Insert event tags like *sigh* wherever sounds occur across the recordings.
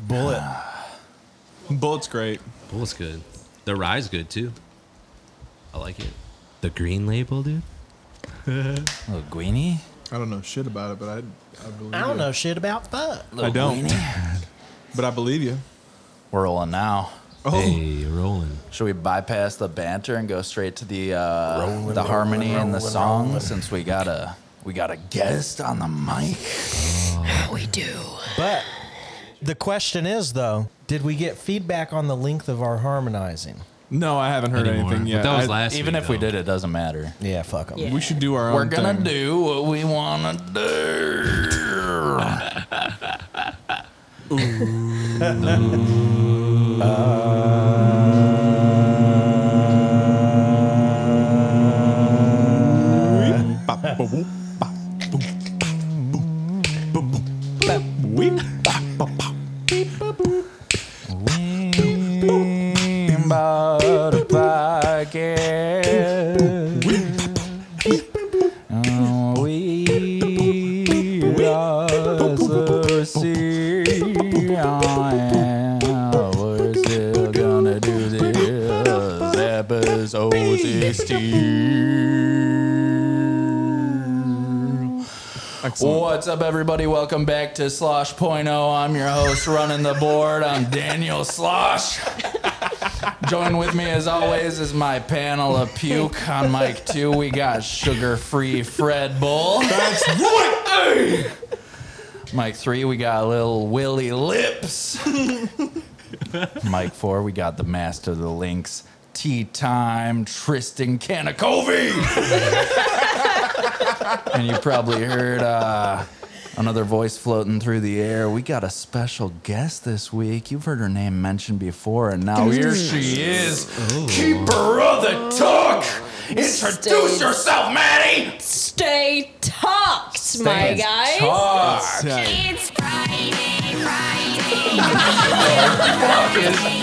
Bullet. *sighs* Bullet's great. Bullet's good. The rye's good too. I like it. The green label, dude. Little Guinea? I don't know shit about it, but I, I believe I don't you. know shit about fuck. Oh, I don't, but I believe you. We're rolling now. Oh, Hey, rolling. Should we bypass the banter and go straight to the uh, the harmony and the song since we got a we got a guest on the mic? We do. But the question is though, did we get feedback on the length of our harmonizing? no, I haven't heard Anymore. anything yet. But that was I- last. Even week, if we though. did, it doesn't matter. Yeah, fuck 'em. Yeah. We should do our We're own gonna thing. do what we wanna do. about a podcast. We are so serious. We're still gonna do this episode 16. Excellent. What's up, everybody? Welcome back to Slosh Point oh. I'm your host, running the board. I'm Daniel Slosh. Join with me, as always, is my panel of puke. On mic two, we got sugar-free Fred Bull. That's right. Mic three, we got little Willy Lips. mic four, we got the master of the links, Tea Time Tristan Kanakovi. and you probably heard. uh Another voice floating through the air. We got a special guest this week. You've heard her name mentioned before, and now here she is, keeper of the tuck. Introduce Stay- yourself, Maddie. Stay tucked, my guys. Tuck Sorry. It's Friday, is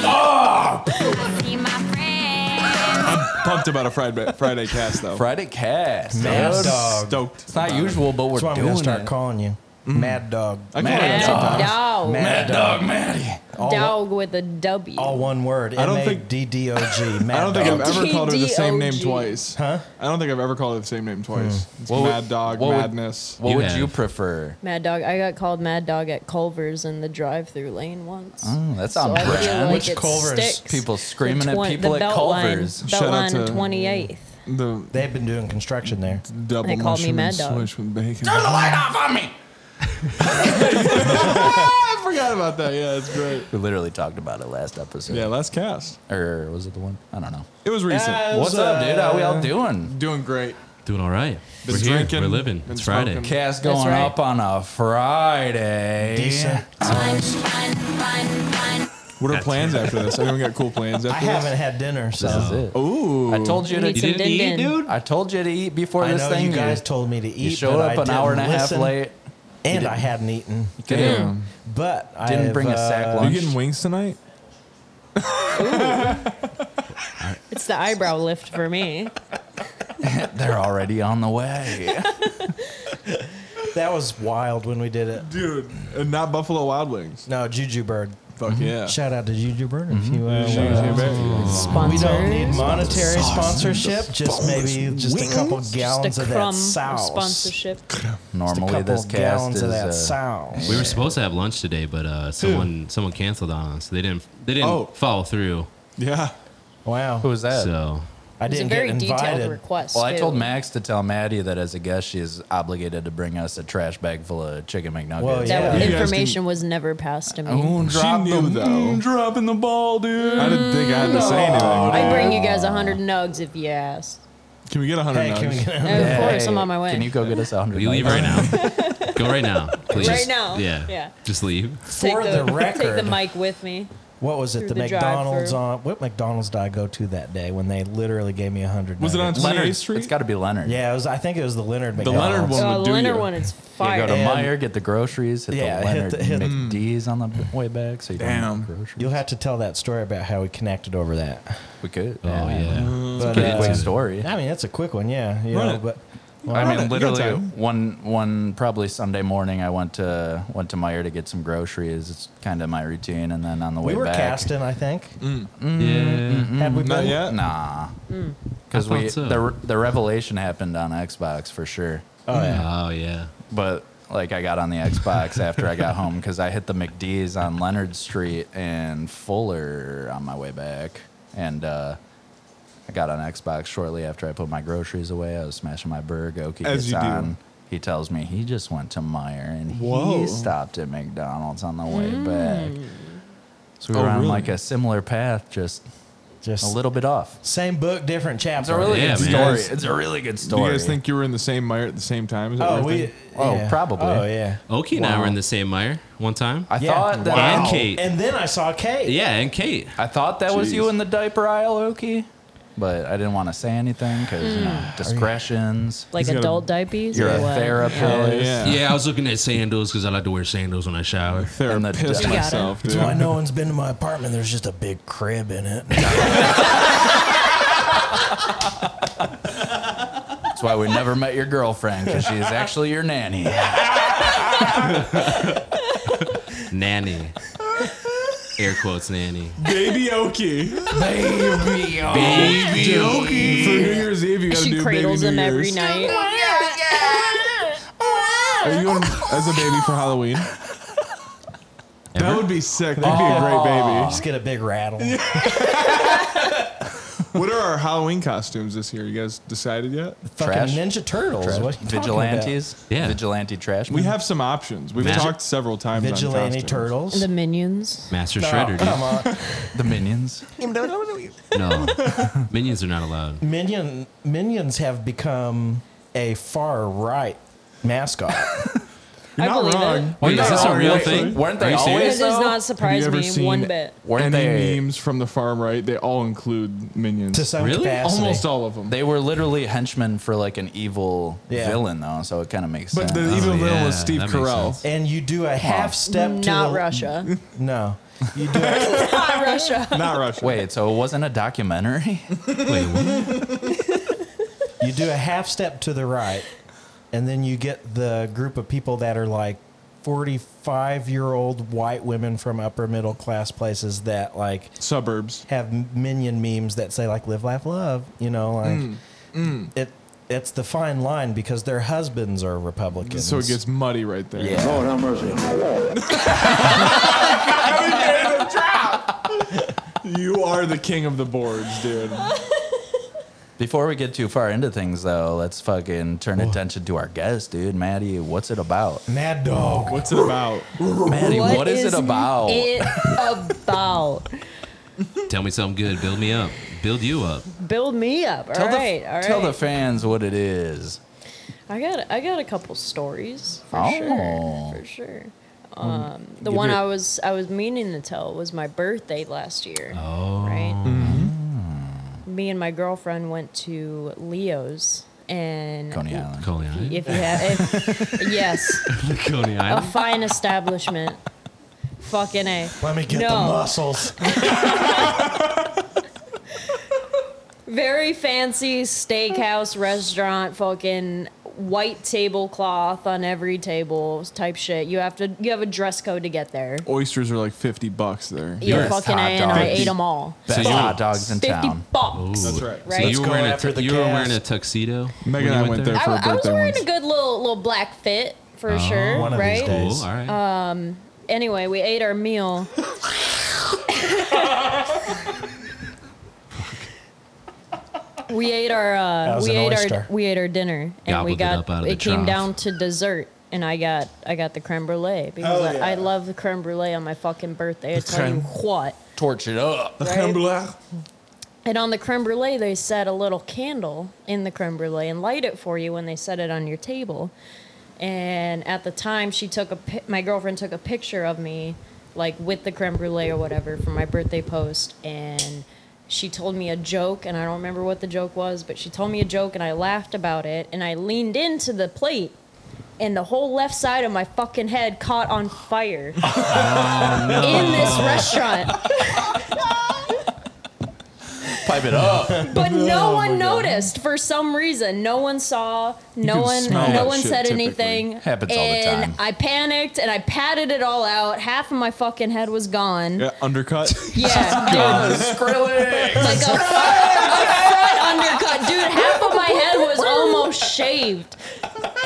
up. Friday, my friend. I'm pumped about a Friday Friday cast though. Friday cast. Mad dude. Dog. Stoked. It's not usual, but we're That's why I'm doing gonna start it. Mm. calling you Mad Dog. I call her Man. that sometimes. Oh, Dog. Mad Dog Maddie. Dog with a W. All one word. I M don't A think- D D *laughs* O G. Mad I don't think Dog. I've ever called her the same name DDOG. twice. Huh? I don't think I've ever called her the same name twice. It's Hmm. What would- Mad Dog, what would- Madness. What You would have. you prefer? Mad Dog. I got called Mad Dog at Culver's in the drive-through lane once. Mm, that's on I feel brand. like Which it Culver's? sticks. People The screaming at twen- people the at belt line- Culver's. Belt Shout out line to- 28th. the They've been doing construction there. double They call me mushroom Mad and Dog. swish with bacon. Turn the light off on me. *laughs* I forgot about that. Yeah, it's great. We literally talked about it last episode. Yeah, last cast. Or was it the one? I don't know. It was recent. Yeah, it was- What's up, dude? How we all doing? Doing great. Doing all right. Been we're here. drinking, We're living. been It's Friday. smoking. Cast That's going right. up on a Friday. Decent. What are plans after this? Anyone got cool plans I after this? haven't had dinner, so This is it. Ooh. I told you to Need You Some didn't eat, din-din. dude. I told you to eat before I this know thing. you guys told me to eat. you showed but up I an hour and a didn't half listen, late. and I hadn't eaten. Damn. But I Didn't bring a Are sack uh, you lunch. getting wings tonight? It's the eyebrow lift for me. They're already on the *laughs* way. That was wild when we did it. Dude, and not Buffalo Wild Wings. No, Juju Bird. Fuck Oh. yeah. Shout out to Juju Bird. Mm-hmm. If you, uh, Shoot, wanna- shoot, baby. we Sponsors. don't need monetary sponsorship. Just maybe just a couple gallons Just a of crumb that of sauce. sponsorship. Just a Normally, couple this cast gallons is of that uh, sauce. We were supposed to have lunch today, but uh, someone someone canceled on us. They didn't they didn't Oh. follow through. Yeah. Wow, who was that? So I It's a didn't get very invited. detailed request. well, I too. told Max to tell Maddie that as a guest, she is obligated to bring us a trash bag full of chicken McNuggets. Well, yeah. That You guys information was never passed to me. Ooh, drop knew, the, though. mm, dropping the ball, dude. I didn't think I had to say anything. I'd bring you guys a hundred nugs if you asked. Can we get a hundred Hey, can we nugs? get And of course, I'm on my way. Can you go get us a hundred? will you leave right *laughs* now? Go right now, please. Right now? Yeah. Yeah. Just leave. *laughs* take For the Take the record- mic with me. What was it? The, Through the McDonald's drive-thru. on what McDonald's did I go to that day when they literally gave me a hundred? Was it on nuggets? Leonard. 28th Street? It's got to be Leonard. Yeah, it was. I think it was the Leonard Leonard McDonald's. one Uh, would do Leonard you. one is You fire. go to And- Meyer, get the groceries, hit Yeah, the hit Leonard the- hit the- McD's on the b- way back, so you don't Damn. have groceries. You'll have to tell that story about how we connected over that. we could. Oh yeah. But, get uh, into quick it. story. I mean, that's a quick one, yeah. You Run know, it. but I you mean, got literally time. one one probably Sunday morning. I went to went to Meyer to get some groceries. It's kind of my routine, and then on the way We were back, casting, I think. Mm-hmm. Yeah. Had we Not been? yet. nah, because I thought we so. the the revelation happened on Xbox for sure. Oh yeah. Oh yeah. but like I got on *laughs* the Xbox after I got home because I hit the McD's on Leonard Street and Fuller on my way back, and uh, I got on Xbox shortly after I put my groceries away. I was smashing my burger. Oki As gets you do. on. He tells me he just went to Meyer and Whoa. Mm. he stopped at McDonald's on the way back. So we Oh, were on really? like a similar path, just Just a little bit off. Same book, different It's chapter. a really Yeah, good man. story. It's a really good Do story. you guys think you were in the same mire at the same time? Is that Oh, what I we. think? Oh, yeah. probably. Oh, yeah. Oki and I were Wow. in the same mire one time. I Yeah. thought that Wow. I- And Kate. And then I saw Kate. yeah, and Kate. I thought that was Jeez. you in the diaper aisle, Oki, but I didn't want to say anything because you know discretions. Like He's got a- adult diapers. You're or a what? therapist. Oh, yeah. I was looking at sandals because I like to wear sandals when I shower. They're And the pissed dust. You got it. myself, dude. That's why no one's been to my apartment. There's just a big crib in it. That's why we never met your girlfriend because she's actually your nanny. Nanny. Air quotes nanny. Baby Oki. For Baby, baby, New Year's Eve, you gotta She do cradles baby him New every Year's. night. Are you going as a baby for Halloween? That Ever? would be sick. That'd be a great baby. Just get a big rattle. What are our Halloween costumes this year? You guys decided yet? Fucking Trash. Ninja Turtles. What are you talking vigilantes. Yeah. vigilante trash. We have some options. We've Magic- talked several times. about? Vigilante on costumes. Turtles. The minions. Master Oh, Shredder, come dude. on. the minions. No. Minions are not allowed. Minion, minions have become a far right mascot. You're I not believe wrong. it. Wait, You're is not this a wrong, real actually. thing? Weren't Are they you It always serious? does though? not surprise Have you me ever seen one bit. Weren't Any they? memes from the far right, they all include minions. to some Really? capacity. Almost all of them. They were literally henchmen for like an evil Yeah. villain though, so it kind of makes but the sense. evil Oh, villain yeah, was Steve that makes Carell. sense. And you do a half step to Not the, Russia. No. Not Russia. Not Russia. Wait, so it wasn't a documentary? *laughs* Wait, what? You do a half step to the right, and then you get the group of people that are like 45 year old white women from upper middle class places that like Suburbs. have minion memes that say like live, laugh, love. You know, like it. It's the fine line because their husbands are Republicans. So it gets muddy right there. Lord *laughs* have mercy. You are the king of the boards, dude. Before we get too far into things, though, let's fucking turn attention to our guest, dude. Maddie, what's it about? mad dog. What's it about? Maddie, what is, it about? It about Tell me something good. Build me up. Build you up. build me up. All right, tell the, all right. tell the fans what it is. I got I got a couple stories for Oh. sure. For sure. Um, the one it- I was I was meaning to tell was my birthday last year. Oh. Right. Me and my girlfriend went to Leo's and Coney Island. Coney *laughs* Island. if you have if, yes, Coney a Island. fine establishment. Fucking a. Let me get the No. muscles. very fancy steakhouse restaurant fucking white tablecloth on every table type shit you have to you have a dress code to get there Oysters are like 50 bucks there. you're Yes. fucking Hot I and i dogs. ate them all Best you- hot dogs in 50 *laughs* town. bucks Ooh. That's right. Right. So Let's you were go wearing a after tu- the you were wearing cast. a tuxedo. when Megan you and I went there, I, for a I was birthday wearing once. a good little little black fit for sure One of these right days. Cool. All right. anyway we ate our meal we ate our uh, was we an ate oyster. our we ate our dinner and Gobbled we it got up out of the it came trough. down to dessert and I got I got the creme brulee because Oh, I, yeah. I love the creme brulee on my fucking birthday. I tell you creme- what, Torch it up. right? And on the creme brulee, they set a little candle in the creme brulee and light it for you when they set it on your table. And at the time, she took a pi- my girlfriend took a picture of me, like with the creme brulee or whatever, for my birthday post. And she told me a joke, and I don't remember what the joke was, but she told me a joke, and I laughed about it. And I leaned into the plate, and the whole left side of my fucking head caught on fire in this restaurant. Pipe it up. *laughs* But no Oh one noticed for some reason. No one saw. No can one. smell No that one shit said typically. anything. Happens all the time. and I panicked and I patted it all out. Half of my fucking head was gone. Yeah, Yeah, *laughs* undercut. dude. Skrillex. Like a, front, a front undercut, dude. Half of my head was almost shaved,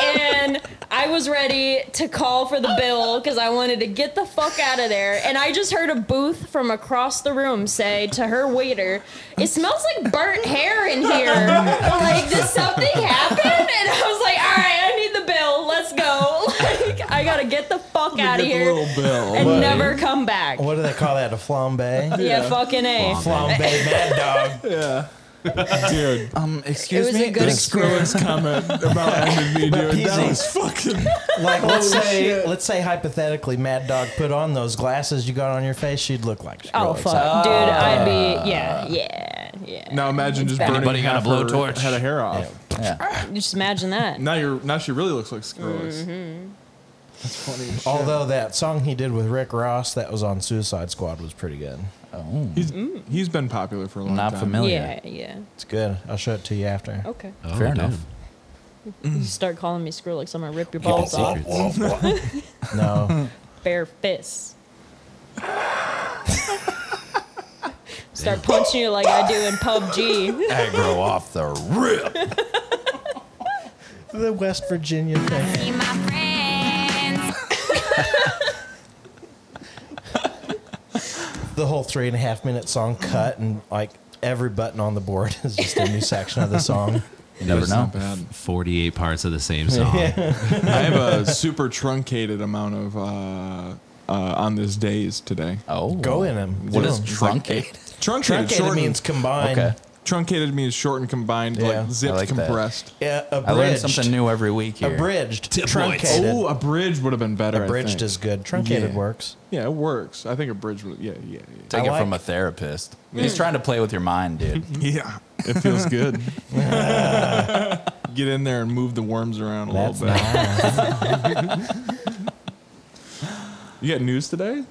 and I was ready to call for the bill because I wanted to get the fuck out of there. And I just heard a booth from across the room say to her waiter, "It smells like burnt hair in here. Like, did something happen?" And I was like, "All right, I need the bill. Let's go. *laughs* Like, I gotta get the fuck out of Get the here." little bill. And Right. never come back. What do they call that? A *laughs* flambe? Yeah, Yeah. fucking a. flambe mad dog. *laughs* Dude, Um, It excuse was me. a good Skrillex comment about *laughs* envy, But dude. That PZ. was fucking. *laughs* Like let's say let's say hypothetically mad dog put on those glasses you got on your face, she'd look like Skrillex. Oh fuck, dude! I'd be yeah, yeah, yeah. Now imagine just Anybody burning got a half her blowtorch? Head of hair off. Yeah. Just imagine that. Now you're now she really looks like Skrillex. Mm-hmm. That's funny. as shit. Although that song he did with Rick Ross that was on Suicide Squad was pretty good. He's he's been popular for a long Not time. familiar. yeah, yeah. It's good. I'll show it to you after. Okay. Oh, Fair enough. damn. You start calling me Skrillex, I'm gonna rip your Keeping balls off. secrets. No. *laughs* Bare fists. start punching you like I do in *laughs* PUBG. Aggro off the rip. the West Virginia thing. See my friends. The whole three and a half minute song cut and like every button on the board *laughs* is just a new section of the song. You never It's know. not *laughs* bad. 48 parts of the same song. I have a super truncated amount of uh, uh, on this days today. Oh. Go in him. What Do is him. truncate? Truncated, Truncated shortened. means combined. Okay. truncated means short and combined, Yeah. like zipped, I like that. compressed. Yeah, abridged. I learn something new every week here. Abridged. Tip truncated. Oh, a bridge would have been better. I abridged think. is good. Truncated Yeah. works. Yeah, it works. I think a bridge would. Yeah, yeah, Take I it like- from a therapist. He's trying to play with your mind, dude. yeah. Yeah, it feels *laughs* good. Get in there and move the worms around a That's little bit. nice. *laughs* You got news today?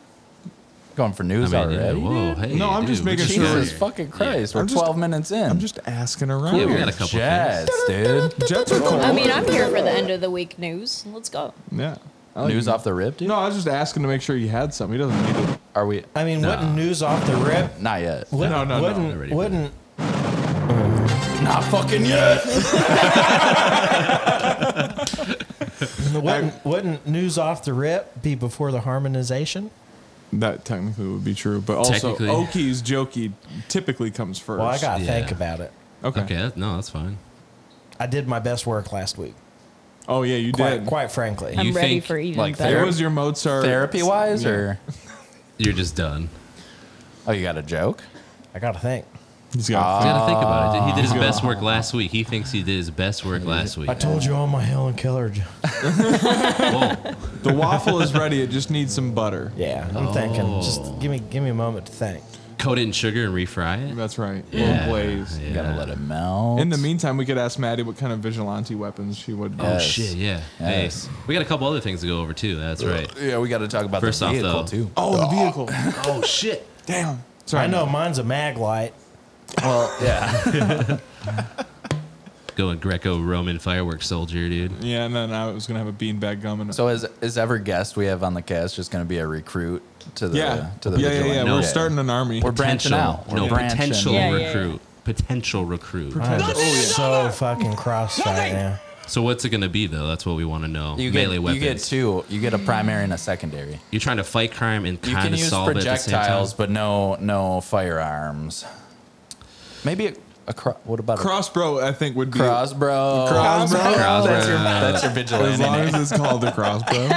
Going for I news mean, yeah, already. whoa, hey, No, I'm dude, just we making sure- got Jesus here. fucking Christ. I'm We're just- 12 minutes in. I'm just asking around. Yeah, we got a couple things. Jets, dude. Jets are cold. I mean, I'm here for the end of the week news. Let's go. yeah. I like News you. off the rip, dude? No, I was just asking to make sure you had some. He doesn't need it. Are we? I mean, wouldn't news off the rip? Not yet. Wouldn't, No, no, no, wouldn't, already. wouldn't Not fucking yet. Wouldn't, wouldn't news off the rip be before the harmonization? That technically would be true, but also Technically. Oki's jokey typically comes first. Well, I got to Yeah. think about it. okay. Okay, that, no, that's fine. I did my best work last week. Oh yeah, you Quite, did. quite frankly, I'm You ready think, for even like, It better. was your Mozart Therapy wise, Yeah. or? You're just done. Oh, you got a joke? I got to think. He's got You gotta think about it. dude. He did his best work last week. He thinks he did his best work last week. I told you all my Helen Keller. j- Whoa. the waffle is ready. It just needs some butter. Yeah, I'm thinking. Just give me, give me a moment to think. Coat it in sugar and refry it. That's right. A Yeah, Little blaze. yeah. You gotta let it melt. In the meantime, we could ask Maddie what kind of vigilante weapons she would. Oh Yes. shit, yeah. Yes. Hey, we got a couple other things to go over too. That's right. yeah, we gotta talk about First the off, vehicle though. too. Oh, the vehicle. Oh shit. Damn. Sorry. I know mine's a mag light. Well, yeah. Going Greco-Roman fireworks soldier, dude. Yeah, and then I was gonna have a beanbag gum and. so uh, as as ever guest we have on the cast just gonna be a recruit to the yeah. to the yeah, yeah, vigilante. yeah. No. We're starting an army. We're branching Potential- out. We're No, branching. potential Yeah, yeah, yeah. recruit. Potential recruit. Oh, I'm so fucking cross right now. So what's it gonna be though? That's what we want to know. You get Melee you weapons. get two. You get a primary and a secondary. You're trying to fight crime and You kind can of use solve it at the same projectiles, time. but no no firearms. Maybe a, a cro- what about Crossbro, I think would a be crossbow? Crossbow. That's your Crossbow. that's your As vigilante. long name. as it's called the crossbow.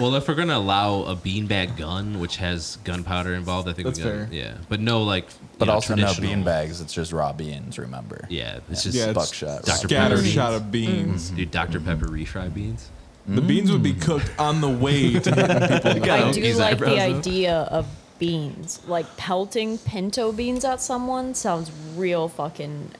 Well, if we're gonna allow a beanbag gun, which has gunpowder involved, I think That's we gotta, fair. Yeah, but no like. you But know, also no traditional- beanbags. It's just raw beans. Remember? Yeah, it's just Yeah, it's Mm-hmm. Buckshot. Dr. scatter Pepper shot of beans. Dude, Dr. Pepper refried beans. The beans would be cooked on the way to hitting people. in the I Oh, do these like eyebrows, the huh? idea of beans. Like pelting pinto beans at someone sounds real fucking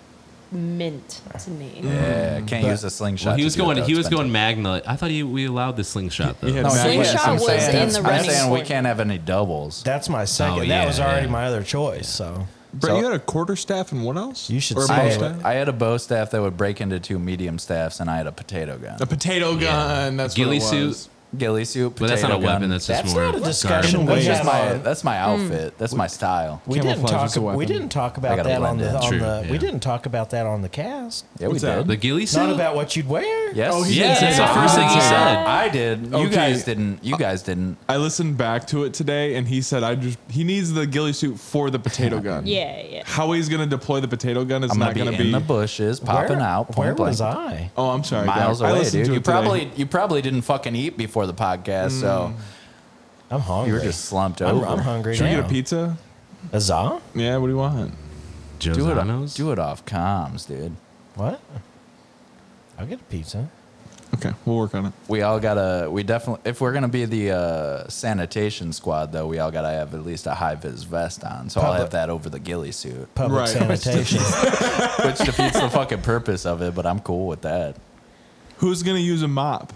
mint to me. Yeah, can't use a slingshot. Well, he to was do it, going. though. He It's was been going magna. I thought he, we allowed the slingshot though. He had No, Mac I'm Slingshot saying- I'm was saying- in the I'm running saying we for- can't have any doubles. That's my second. yeah, that was already yeah. my other choice. So Oh, Brett, So- you had a quarter staff and what else? You should Or a say bow it. staff? I had a bow staff that would break into two medium staffs, and I had a potato gun. a potato gun. That's Ghillie what it suit. was. Ghillie suit. Potato But that's not a gun. weapon. That's just That's more not of a discussion. garb. We That's had just my a- that's my outfit. That's my style. we didn't Camouflage talk. is a We weapon. didn't talk I about gotta that on blend the in. on True, the. yeah. We didn't talk about that on the cast. Yeah, we What's that? did. The ghillie suit. Not about what you'd wear. Yes. Oh, he Yeah, didn't say that's that. the first thing he said. I did. You Okay. guys didn't. You guys didn't. I listened back to it today, and he said, "I just he needs the ghillie suit for the potato gun." Yeah, yeah. How he's gonna deploy the potato gun is I'm gonna not be gonna in be. the bushes, popping where, out. Where point blank. was I? oh, I'm sorry, Miles Doc. I away, listened dude. to You it today. probably you probably didn't fucking eat before the podcast, so I'm hungry. Mm. you were just slumped I'm, over. I'm hungry Should we now. get a pizza? Huzzah? Yeah. What do you want? Do it, Josano's? off, do it off comms, dude. What? I'll get a pizza. Okay, we'll work on it. We all gotta. We definitely. If we're gonna be the uh, sanitation squad, though, we all gotta have at least a high vis vest on. So I'll Public- have that over the ghillie suit, Public Right. *laughs* sanitation. which defeats the fucking purpose of it. But I'm cool with that. Who's gonna use a mop?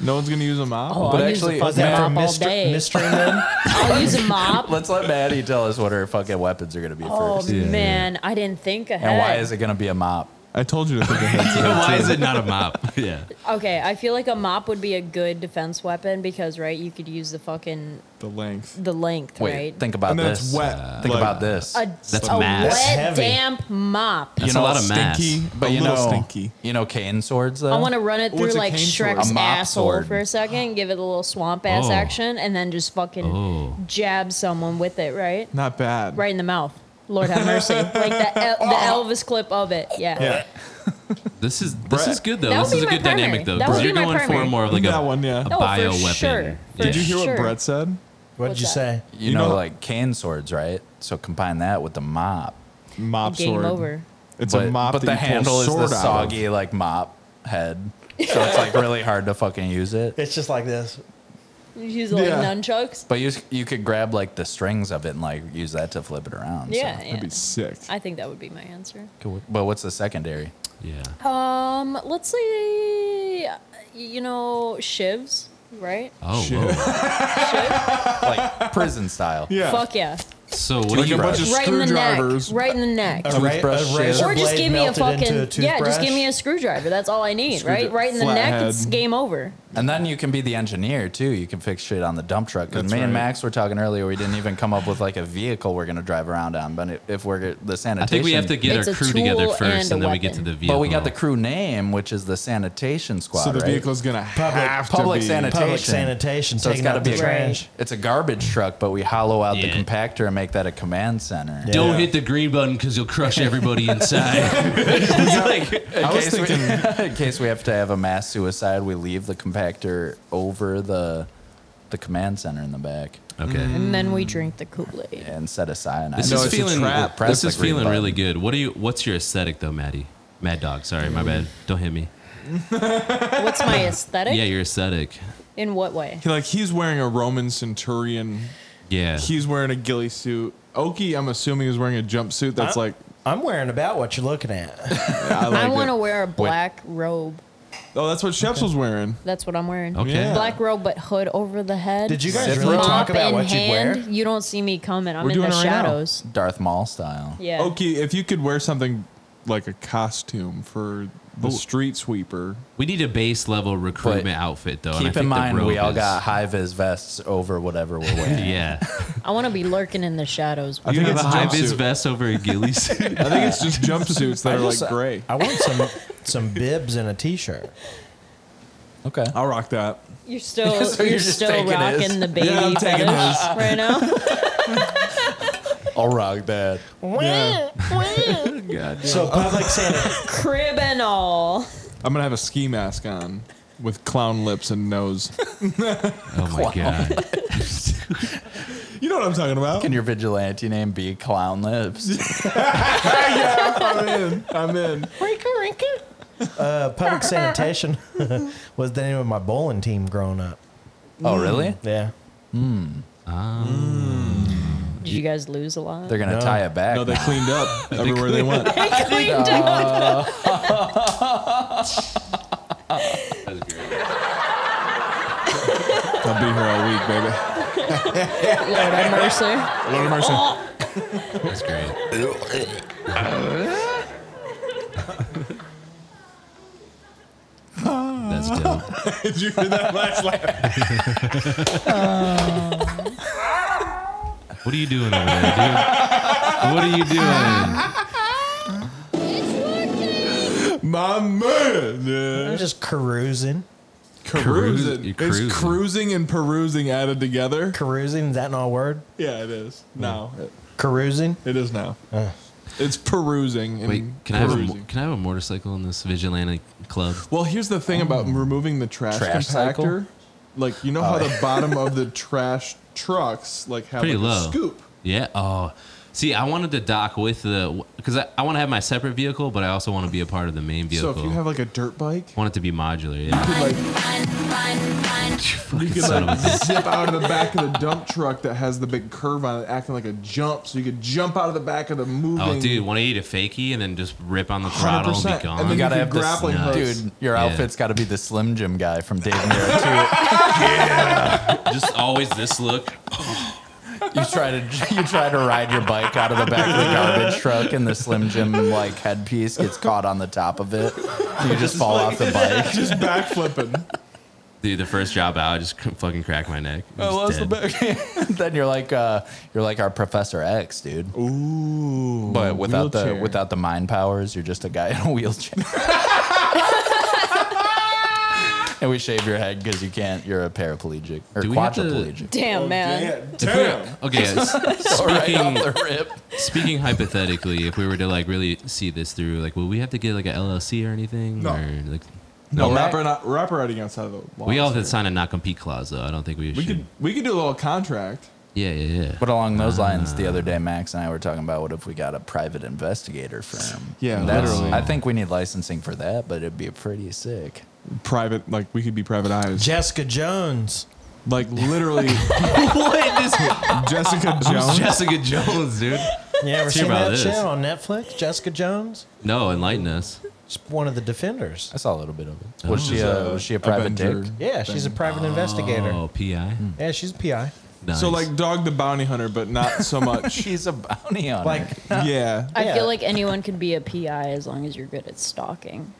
No one's gonna use a mop. Oh, But I'll actually- use a Was fucking that mop from all Mystery, day. mystery *laughs* Men? I'll use a *laughs* mop. Let's let Maddie tell us what her fucking weapons are gonna be Oh first, Yeah, yeah. man, I didn't think ahead. and why is it gonna be a mop? I told you to think ahead. *laughs* today, Why too. is it not a mop? yeah. Okay, I feel like a mop would be a good defense weapon because right, you could use the fucking the length? the length, Wait, right? think about And then it's this. wet, Think like- about this. a That's a mass. wet, That's heavy. damp mop. That's know, a lot of mass. Stinky, but a you little know, stinky. you know, cane swords though. I want to run it through What's a like cane sword? Shrek's A mop asshole sword. for a second, give it a little swamp ass Oh. action, and then just fucking Oh. jab someone with it, right? Not bad. Right in the mouth. Lord have mercy. like the, El- the Elvis clip of it. Yeah. Yeah. This is this Brett. is good though. That This would is a be my good dynamic primary. though. That would you're be my going for primary. more of like a, That one, yeah. a No, for bio weapon. sure. For Did you hear Sure. what Brett said? What did What's you that? say? you, You know, know- like cane swords, right? So combine that with the mop. Mop Game sword. over. It's but, a mop. but that the you pull handle is the sword out of. soggy like mop head, so it's like really hard to fucking use it. It's just like this. You use like Yeah. nunchucks. But you you could grab like the strings of it and like use that to flip it around. so. Yeah. That'd yeah. be sick. I think that would be my answer. Cool. But what's the secondary? Yeah. Um, let's say, uh, you know, shivs, right? Oh, Shit. whoa. Like prison style. *laughs* yeah. Fuck yeah. So what Like do a you bunch of Right in the neck. screwdrivers. Right in the neck. A, ra- a Toothbrush razor shit. Or just blade give me a melted into fucking a yeah, just give me a toothbrush. screwdriver. That's all I need, right? Screwdri- Right in the neck, flathead. it's game over. And then you can be the engineer too. You can fix shit on the dump truck. Because That's me and right. Max were talking earlier, we didn't even come up with like a vehicle we're gonna drive around on. But i- if we're the sanitation, I think we have to get It's our a crew together tool first, and a and then we get to weapon. the vehicle. But we got the crew name, which is the sanitation squad. So the right? vehicle's gonna have public to be sanitation. Public sanitation. So it's taking got to out be the a trash. It's a garbage truck, but we hollow out Yeah. the compactor and make that a command center. Yeah. Don't hit the green button because you'll crush everybody *laughs* inside. In, I was case we, *laughs* in case we have to have a mass suicide, we leave the compactor over the the command center in the back Mm-hmm. okay. And then we Mm. drink the Kool-Aid. and set a cyanide. This No, is it's a feeling. trap. This Press the is green feeling button. really good. What do you? What's your aesthetic though, Maddie? Mad Dog. Sorry, my bad. Mm. Don't hit me. *laughs* What's my aesthetic? Yeah, your aesthetic. In what way? He, like he's wearing a Roman centurion. Yeah. He's wearing a ghillie suit. Oki, I'm assuming, is wearing a jumpsuit that's like. I'm wearing about what you're looking at. I, like *laughs* I it. want to wear a black robe. Oh, that's what Sheps was wearing. That's what I'm wearing. Okay. Yeah. Black robe, but hood over the head. Did you guys Zip really Mop line. talk about in what you'd hand. wear? You don't see me coming. I'm We're in the doing it right now. shadows. Darth Maul style. Yeah. Oki, if you could wear something like a costume for the street sweeper, We need a base level recruitment outfit though. and I Keep in think the mind, we robe all is- got high vis vests over whatever we're wearing. *laughs* *laughs* Yeah. I want to be lurking in the shadows. I You think have a it's a high vis jumpsuit. vest over a ghillie *laughs* suit. I think it's just jumpsuits *laughs* that I are just- like gray. I want *laughs* some some bibs and a t-shirt. Okay. I'll rock that. You're still So you're, you're just still taking rocking his. the baby Yeah, I'm fetish taking *laughs* right now. I'll rock that. Yeah. God. So public sanitation. *laughs* Crib and all. I'm gonna have a ski mask on with clown lips and nose. Oh my god. *laughs* You know what I'm talking about? Can your vigilante name be Clown *laughs* Lips? I'm in. I'm in. Uh, public sanitation *laughs* was the name of my bowling team growing up. oh, really? Yeah. Did you guys lose a *laughs* lot? They're gonna No. tie it back. No, they cleaned up everywhere *laughs* they went. Cleaned up. I'll be here all week, baby. Lord have mercy. Lord of mercy. That's great. That's dope. *laughs* Did you hear that last laugh? What are you doing over there, dude? What are you doing? My man. I'm yeah. just carousing. Cruising. Cruising. You're It's cruising. cruising and perusing added together. Carousing, is that not a word? Yeah, it is. Now. It, Carousing? it is now. It's perusing. And Uh. Wait, can I, have a, perusing. mo- can I have a motorcycle in this vigilante club? Well, here's the thing Mm. about removing the trash, Trash compactor. cycle? Like you know how the bottom of *laughs* the trash trucks like have Uh. Pretty like low. a scoop. Yeah. Oh, see, I wanted to dock with the because I, I want to have my separate vehicle, but I also want to be a part of the main vehicle. So if you have like a dirt bike, want it to be modular. Yeah. you could like Fucking You could son of like a bitch. zip out of the back of the dump truck that has the big curve on it, acting like a jump. So you could jump out of the back of the moving. Oh, dude, want to eat a fakie and then just rip on the throttle and 100%. be gone? And then gotta you have could this- grappling no. hooks. Dude, your Yeah. outfit's got to be the Slim Jim guy from Dave and Eric just always this look. too. You try to *laughs* you try to ride your bike out of the back of the garbage truck, and the Slim Jim like headpiece gets caught on the top of it. You just fall off *laughs* the bike. just backflipping. Dude, the first job out, I just c- fucking cracked my neck. I'm I just lost the dead. back. *laughs* then you're like uh, you're like our Professor X, dude. Ooh. but without the wheelchair. without the mind powers, you're just a guy in a wheelchair. *laughs* and we shave your head because you can't. You're a paraplegic or Do we have to- quadriplegic. Damn, Oh, man. Damn. Okay, s- So right speaking- off the rip. speaking hypothetically, if we were to like really see this through, like, will we have to get like a LLC or anything? No. Or, like, No, no. rap are not rap are riding outside of the wall. We all have to sign a not compete clause, though. I don't think we should. We could we could do a little contract. yeah, yeah, yeah. But *laughs* along those lines, the other day Max and I were talking about what if we got a private investigator firm. Yeah, And that's, literally. I think we need licensing for that, but it'd be pretty sick. Private, like we could be private eyes. Jessica Jones. like literally, what *laughs* is Jessica Jones. Jessica Jones, dude? You ever hear seen about that this. show on Netflix? Jessica Jones? No, enlighten us. She's one of the defenders. I saw a little bit of it. Was Oh. she a was she a private Avenger dick? Yeah, she's a thing. private investigator. Oh, PI. Yeah, she's a PI. *laughs* Nice. So like Dog the Bounty Hunter, but not so much. *laughs* She's a bounty hunter. Like, yeah. I Yeah. feel like anyone can be a PI as long as you're good at stalking.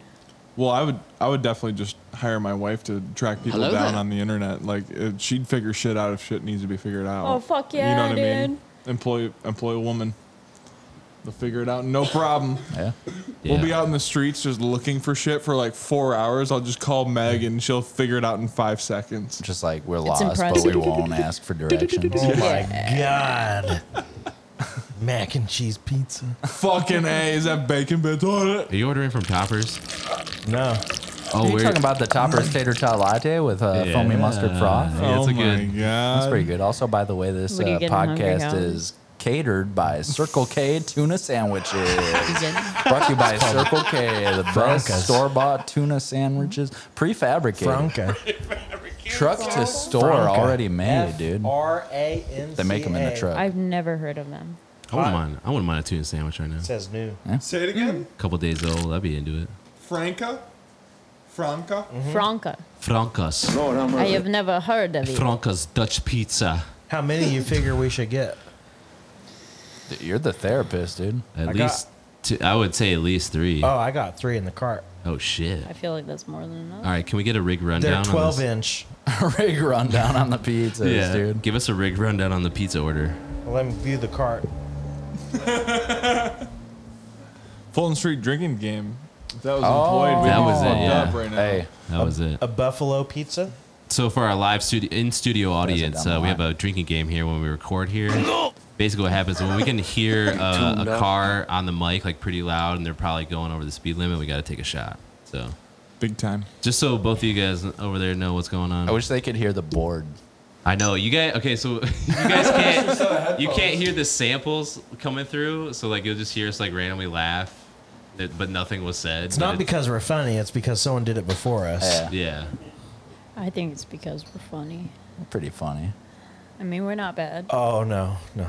Well, I would I would definitely just hire my wife to track people Hello down there. on the internet. Like it, she'd figure shit out if shit needs to be figured out. Oh, fuck yeah, dude. Employ employ a woman. They'll figure it out, no problem. yeah. We'll be out in the streets just looking for shit for like four hours. I'll just call Meg and she'll figure it out in five *laughs* seconds. just like we're lost, but we impressive. won't ask for directions. oh my God. Mac and cheese pizza. Fucking a, is that bacon bits on it? Are you ordering from Toppers? No. Oh, Are you we're- talking about the Topper's tater tot latte with uh, Yeah. foamy mustard froth? Yeah, oh it's a my good- god, That's pretty good. Also, by the way, this uh, What are you getting, Hungry podcast Hound? is catered by Circle K tuna *laughs* sandwiches. Brought to you by Circle K, the Franca's. best store bought tuna sandwiches, prefabricated, Franca. truck to store, already made, dude. R A N C. They make them in the truck. I've never heard of them. I wouldn't mind. I wouldn't mind a tuna sandwich right now. Says new. Say it again, A couple days old, I'd be into it. Franca, Franca. Franca. Franca's, I have never heard of it. Franca's Dutch pizza. How many you figure we should get? You're the therapist, dude. At I got- least, two, I would say at least three. Oh, I got three in the cart. oh shit! I feel like that's more than enough. All right, can we get a rig rundown? They're on 12 this? inch. *laughs* Rig rundown on the pizzas, Yeah, dude. Give us a rig rundown on the pizza order. Well, let me view the cart. Fulton Street drinking game. If that was Oh. employed, we'd That be was it, fucked yeah. up right now. Hey, That was it. A buffalo pizza. So for our live studio in studio audience, dumb uh, we lot. have a drinking game here when we record here. Basically, what happens when we can hear *laughs* uh, a car on the mic like pretty loud, and they're probably going over the speed limit. We got to take a shot. So Big time. just so both of you guys over there know what's going on. I wish they could hear the board. I know you guys. Okay, so *laughs* you guys can't you can't hear the samples coming through. So like you'll just hear us like randomly laugh, that- but nothing was said. It's not because we're funny, it's because someone did it before us. Yeah, yeah. I think it's because we're funny. pretty funny. I mean, we're not bad. Oh, no, no.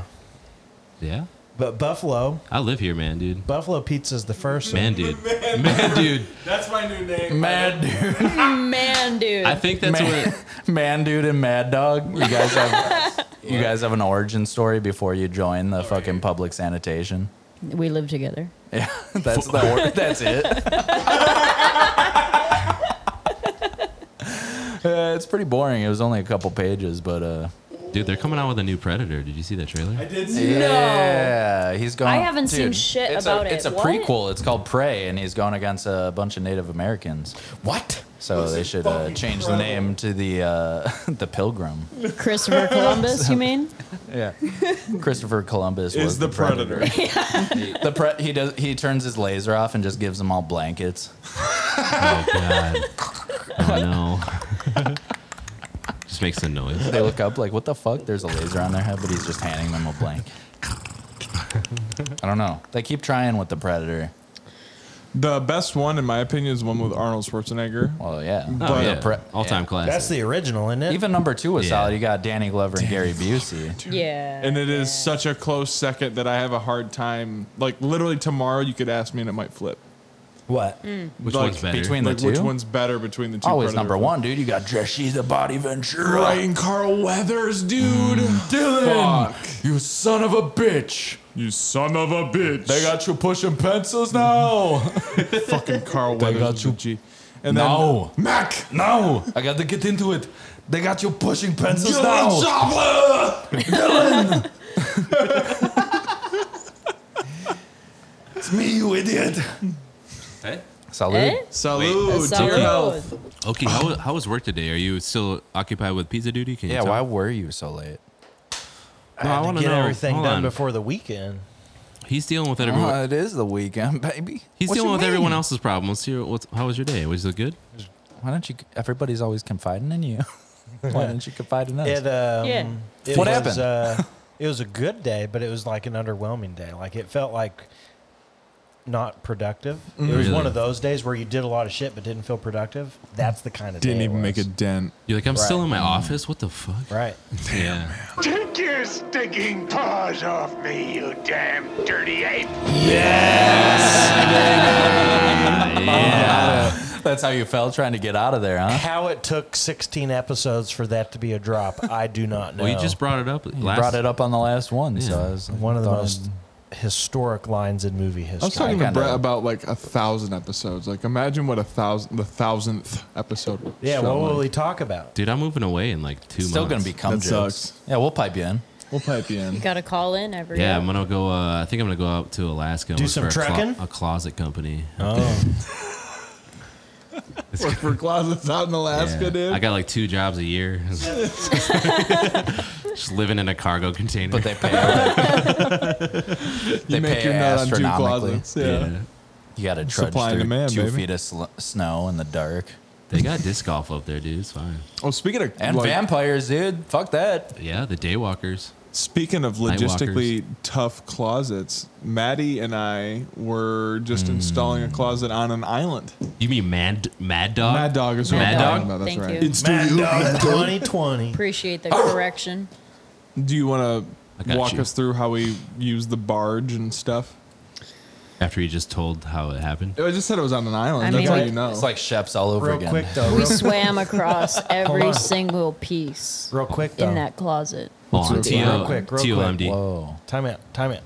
Yeah. But buffalo, I live here, man, dude. buffalo pizza is the first one. Man, dude. *laughs* Man, dude. That's my new name. Mad dude. Man, dude. I think that's Man. what. Man Dude and Mad Dog. You guys have You guys have an origin story before you join the fucking public sanitation. We live together. Yeah, that's the or- that's it. Uh, it's pretty boring. It was only a couple pages, but uh, Dude, they're coming out with a new Predator. Did you see that trailer? I did see Oh. yeah, he's going. I haven't seen shit it's about a, it. It's a What? prequel. It's called Prey, and he's going against a bunch of Native Americans. What? So Those they are should uh, fucking change the incredible. name to the uh, *laughs* the Pilgrim. Christopher Columbus, you mean? Yeah, Christopher Columbus Is was the the pre- he does he turns his laser off and just gives them all blankets. Oh god. *laughs* Oh no. *laughs* Just makes a noise. They look up like, what the fuck? There's a laser on their head, but he's just handing them a blanket. I don't know. They keep trying with the Predator. The best one, in my opinion, is one with Arnold Schwarzenegger. Well, yeah. Oh, But- yeah. Pre- All time yeah. classic. That's the original, isn't it? Even number two was Yeah. solid. You got Danny Glover and Gary Busey. Yeah. And it is such a close second that I have a hard time. Like literally tomorrow, you could ask me and it might flip. what? Which like, one's better? between- the like which two? one's better between the two? Always Predator number films? one, dude. You got Jesse the Body Ventura. Right, and Carl Weathers, dude. Mm. Dylan, Fuck. you son of a bitch. You son of a bitch. They got you pushing pencils now. *laughs* fucking Carl They Weathers. got is you- the G. And No. then Mac. now. I got to get into it. They got you pushing pencils Dylan now. Joplin. It's me, you idiot. Hey? Salute. Eh? Salute. Salud. Okay, how, how was work today? Are you still occupied with pizza duty? Can you Yeah, tell? why were you so late? I No, I had wanna to get know. everything Hold done on. before Uh, the weekend. He's dealing with it. everyone. Oh, it is the weekend, *laughs* baby. He's What dealing you with mean? everyone else's problems. Here, what's, how was your day? Was it good? Why don't you? Everybody's always confiding in you. *laughs* Why don't you confide in us? It, um, Yeah. it What was, happened? Uh, it was a good day, but it was like an underwhelming day. Like it felt like not productive. It was Really? one of those days where you did a lot of shit but didn't feel productive. That's the kind of Didn't day even it make a was. dent. You're like, I'm still Right. in my office. What the fuck? right. yeah. *laughs* Take your stinking paws off me, you damn dirty ape! That's how you felt trying to get out of there, huh? How it took 16 episodes for that to be a drop, I do not know. Well, you just brought it up. Last, You brought it up on the last one, so Yeah. I was one of the thought- most historic lines in movie I was history. talking to kinda- Brett about like a thousand episodes. Like, imagine what a thousand, the thousandth episode. would Yeah, feel what will like. we talk about? Dude, I'm moving away in like two It's Still gonna months. be cum That jokes. sucks. Yeah, we'll pipe you *laughs* in. We'll pipe you *laughs* in. Got to call in every. Yeah, I'm gonna go. Uh, I think I'm gonna go out to Alaska. and Do work some for a clo- trekking? a closet company. Oh, Work for closets out in Alaska, Yeah. dude. I got like two jobs a *laughs* year. Just living in a cargo container. But they pay. Like, they *laughs* you make pay your nut on two astronomically. closets. Yeah. yeah. You got to trudge Supply and through demand, two baby. feet of sl- snow in the dark. They got disc golf up there, dude. It's fine. Oh, speaking of And like, vampires, dude. Fuck that. Yeah, the daywalkers. Speaking of logistically tough closets, Maddie and I were just installing a closet on an island. You mean Mad Mad Dog? Mad Dog is what Mad I'm Dog? talking about. That's Thank right. you. It's- Mad Dog 2020. Appreciate the correction. do you want I to got walk you. us through how we use the barge and stuff? After you just told how it happened. I just said it was on an island. I That's mean, how like- you know. It's like Sheps all over Real again. quick though, *laughs* We real, swam across every on. single piece real quick though. in that closet. Hold on, Real T O- quick, real TOMD. *laughs* *laughs* Whoa. Time out. Time out.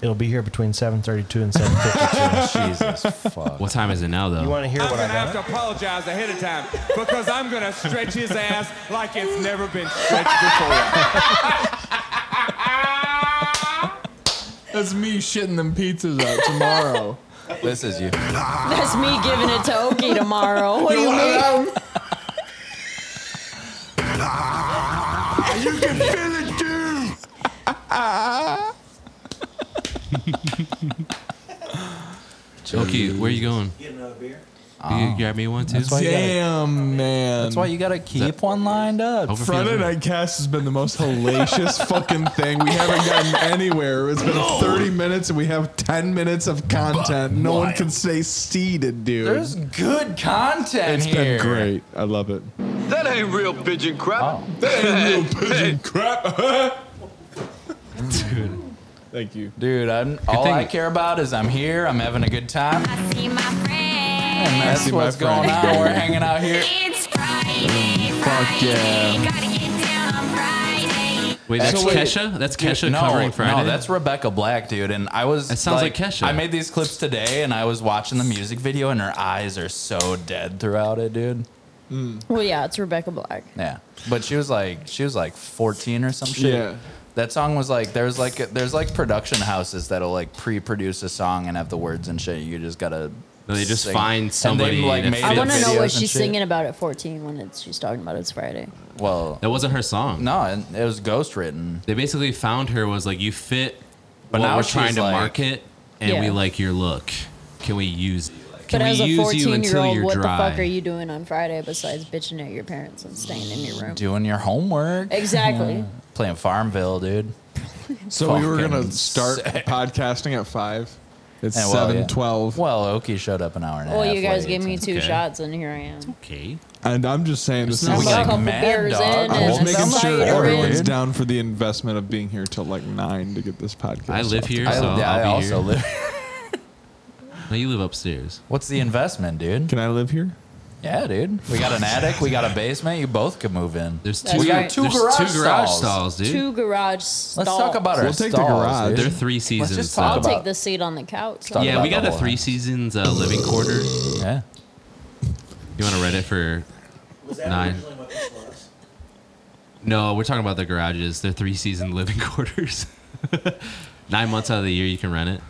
It'll be here between 7:32 and 7:52. Jesus fuck. What time is it now, though? you want to hear I'm what gonna I have got? to apologize ahead of time because I'm gonna stretch his ass like it's never been stretched before. *laughs* That's me shitting them pizzas out tomorrow. This is you. That's me giving it to Oki tomorrow. What do you mean? You can feel it too! Okay, where you going? Get another beer. You grab me one too. That's why you gotta- Damn, man. That's why you gotta keep one lined up. Over- Friday Night Cast has been the most hellacious fucking thing. We haven't gotten anywhere. It's been 30 minutes and we have 10 minutes of content. No one can stay seated, dude. There's good content it's here. been great. I love it. That ain't real pigeon crap. *laughs* Thank you. Dude, I'm all thing- I care about is I'm here, I'm having a good time. I see my And friends. that's see my what's going friends, on. We're baby. hanging *laughs* out here. It's Friday. Mm, Fuck yeah. Friday. Gotta get down on Friday. Wait, that's Actually- Kesha. That's Dude, Kesha covering Friday. No, that's Rebecca Black, dude. And I was. That sounds like Kesha. I made these clips today, and I was watching the music video, and her eyes are so dead throughout it, dude. Well, yeah, it's Rebecca Black. Yeah, but she was like, she was like 14 or some shit. Yeah. That song was like, there's like, there's like production houses that'll like pre-produce a song and have the words and shit. You just gotta. No, they just sing. find And they, somebody that made fits. I the want to know videos what and she's shit. singing about at 14 when it's, she's talking about it's Friday. Well, that wasn't her song. no, and it was ghostwritten. They basically found her was like, you fit, But but what now we're she's trying to like- market, and we Yeah. like your look. Can we use? you? Can But we as a use you 14 year until old, you're what dry? the fuck are you doing on Friday besides bitching at your parents and staying in your room? Doing your homework. Exactly. Playing Farmville, dude. So we were gonna Fucking start podcasting at five. It's Yeah, well, yeah. seven twelve, Well, Oki showed up an hour and a Well, half. you guys late, gave me so- *laughs* two okay. shots, and here I am. Okay. and I'm just saying this It's not is. like a Like, couple mad beers dog. in, I'm and just a making sure cider everyone's in. down for the investment of being here till like nine to get this podcast. I live off. here, I, so yeah, I'll I be also here. live. No, you live upstairs. *laughs* What's the investment, dude? Can I live here? Yeah, dude. We got an attic. We got a basement. You both could move in. There's That's two. We got two there's garage two garage stalls. stalls, dude. Two garage stalls. Let's talk about our We'll take the stalls, garage. dude. They're three seasons. just talk uh, I'll about- take the seat on the couch. Talk yeah, we about got the a whole three house. seasons uh, living quarter. Yeah. You want to Reddit for Was that Nine. originally what this was? No, we're talking about the garages. They're three season living *laughs* quarters. Nine months out of the year, you can rent it.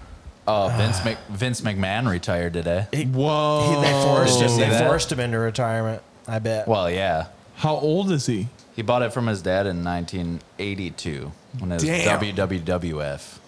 Oh, Vince Mc, Vince McMahon retired today. Whoa! *laughs* They forced, Did you him, see they that? forced him into retirement, I bet. Well, yeah. How old is he? He bought it from his dad in 1982 when it was Damn. WWWF.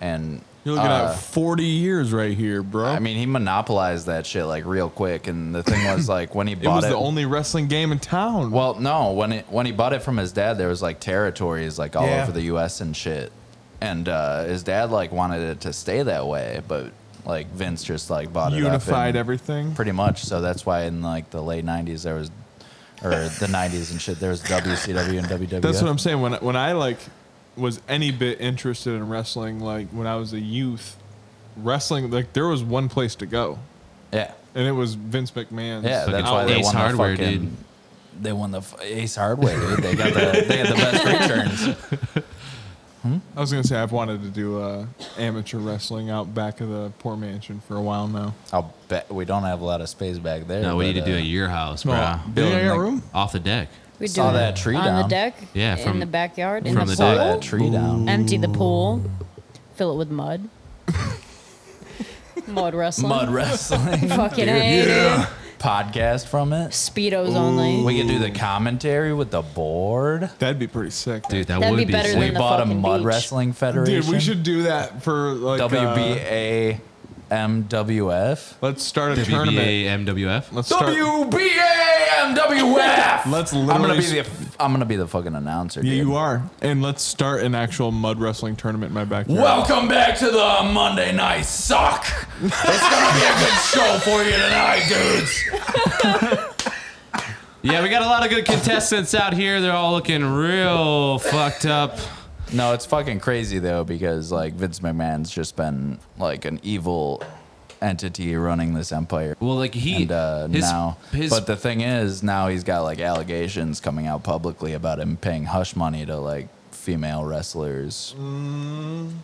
And You're looking uh, at 40 years right here, bro. I mean, he monopolized that shit like real quick. And the thing was like when he it bought was it, the only wrestling game in town. Well, no, when it when he bought it from his dad, there was like territories like all Yeah. over the U.S. and shit, and uh, his dad like wanted it to stay that way, but like Vince just like bought it unified up and- everything. pretty much. So that's why in like the late '90s there was, or the '90s and shit, there was WCW and WWF. That's what I'm saying. When when I like was any bit interested in wrestling, like when I was a youth, wrestling like there was one place to go, yeah, and it was Vince McMahon's. yeah. Fucking That's why they Ace won Hardware, the fucking. dude. They won the f- Ace Hardware, dude. They got the they had the best returns. I was gonna say I've wanted to do uh, amateur wrestling out back of the poor mansion for a while now. I'll bet we don't have a lot of space back there. No, we but, need to do uh, at your house, Well, bro. do you Building, got like, room? Off the deck. We Saw do it that tree on down. the deck. Yeah, from- in the backyard. from in the, the Saw pool. deck. that tree down. Empty the pool. Fill it *laughs* with mud. mud wrestling. mud *laughs* wrestling Fucking hate it. podcast from it. Speedos only. We could do the commentary with the board. That'd be pretty sick, Dude, that That'd would be be, better sick. than We the bought a fucking mud beach. wrestling federation. Dude, we should do that for like uh, WBA MWF. let's start a tournament. WBA MWF. Let's start. WBA *laughs* MWF. Let's I'm gonna literally be the I'm gonna be the fucking announcer. yeah, dude. you are. And let's start an actual mud wrestling tournament in my backyard. Welcome back to the Monday Night Sock. It's gonna be a *laughs* good show for you tonight, dudes. Yeah, we got a lot of good contestants out here. They're all looking real fucked up. No, it's fucking crazy though because like Vince McMahon's just been like an evil entity running this empire. Well, like he and uh, his, now, his but the thing is, now he's got like allegations coming out publicly about him paying hush money to like female wrestlers.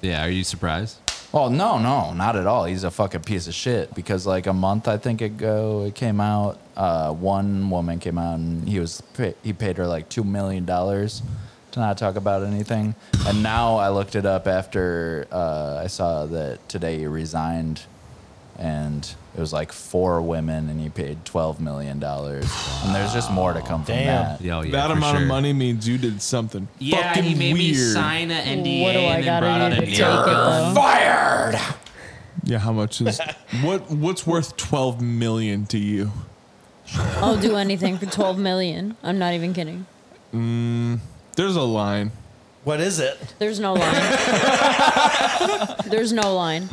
yeah. Are you surprised? Well, Oh, no, no, not at all. He's a fucking piece of shit because like a month I think ago it came out. Uh, one woman came out and he was pa- he paid her like two million dollars to not talk about anything. And now I looked it up after uh, I saw that today he resigned. And it was like four women, and he paid twelve million dollars. And there's just more to come from Damn. that. Yeah, oh, yeah, that for amount sure. of money means you did something. fucking weird. an What do I gotta do to take it, though? Fired. Yeah, how much is what? What's worth twelve million to you? I'll do anything for 12 million. I'm not even kidding. There's a line. What is it? There's no line. There's no line.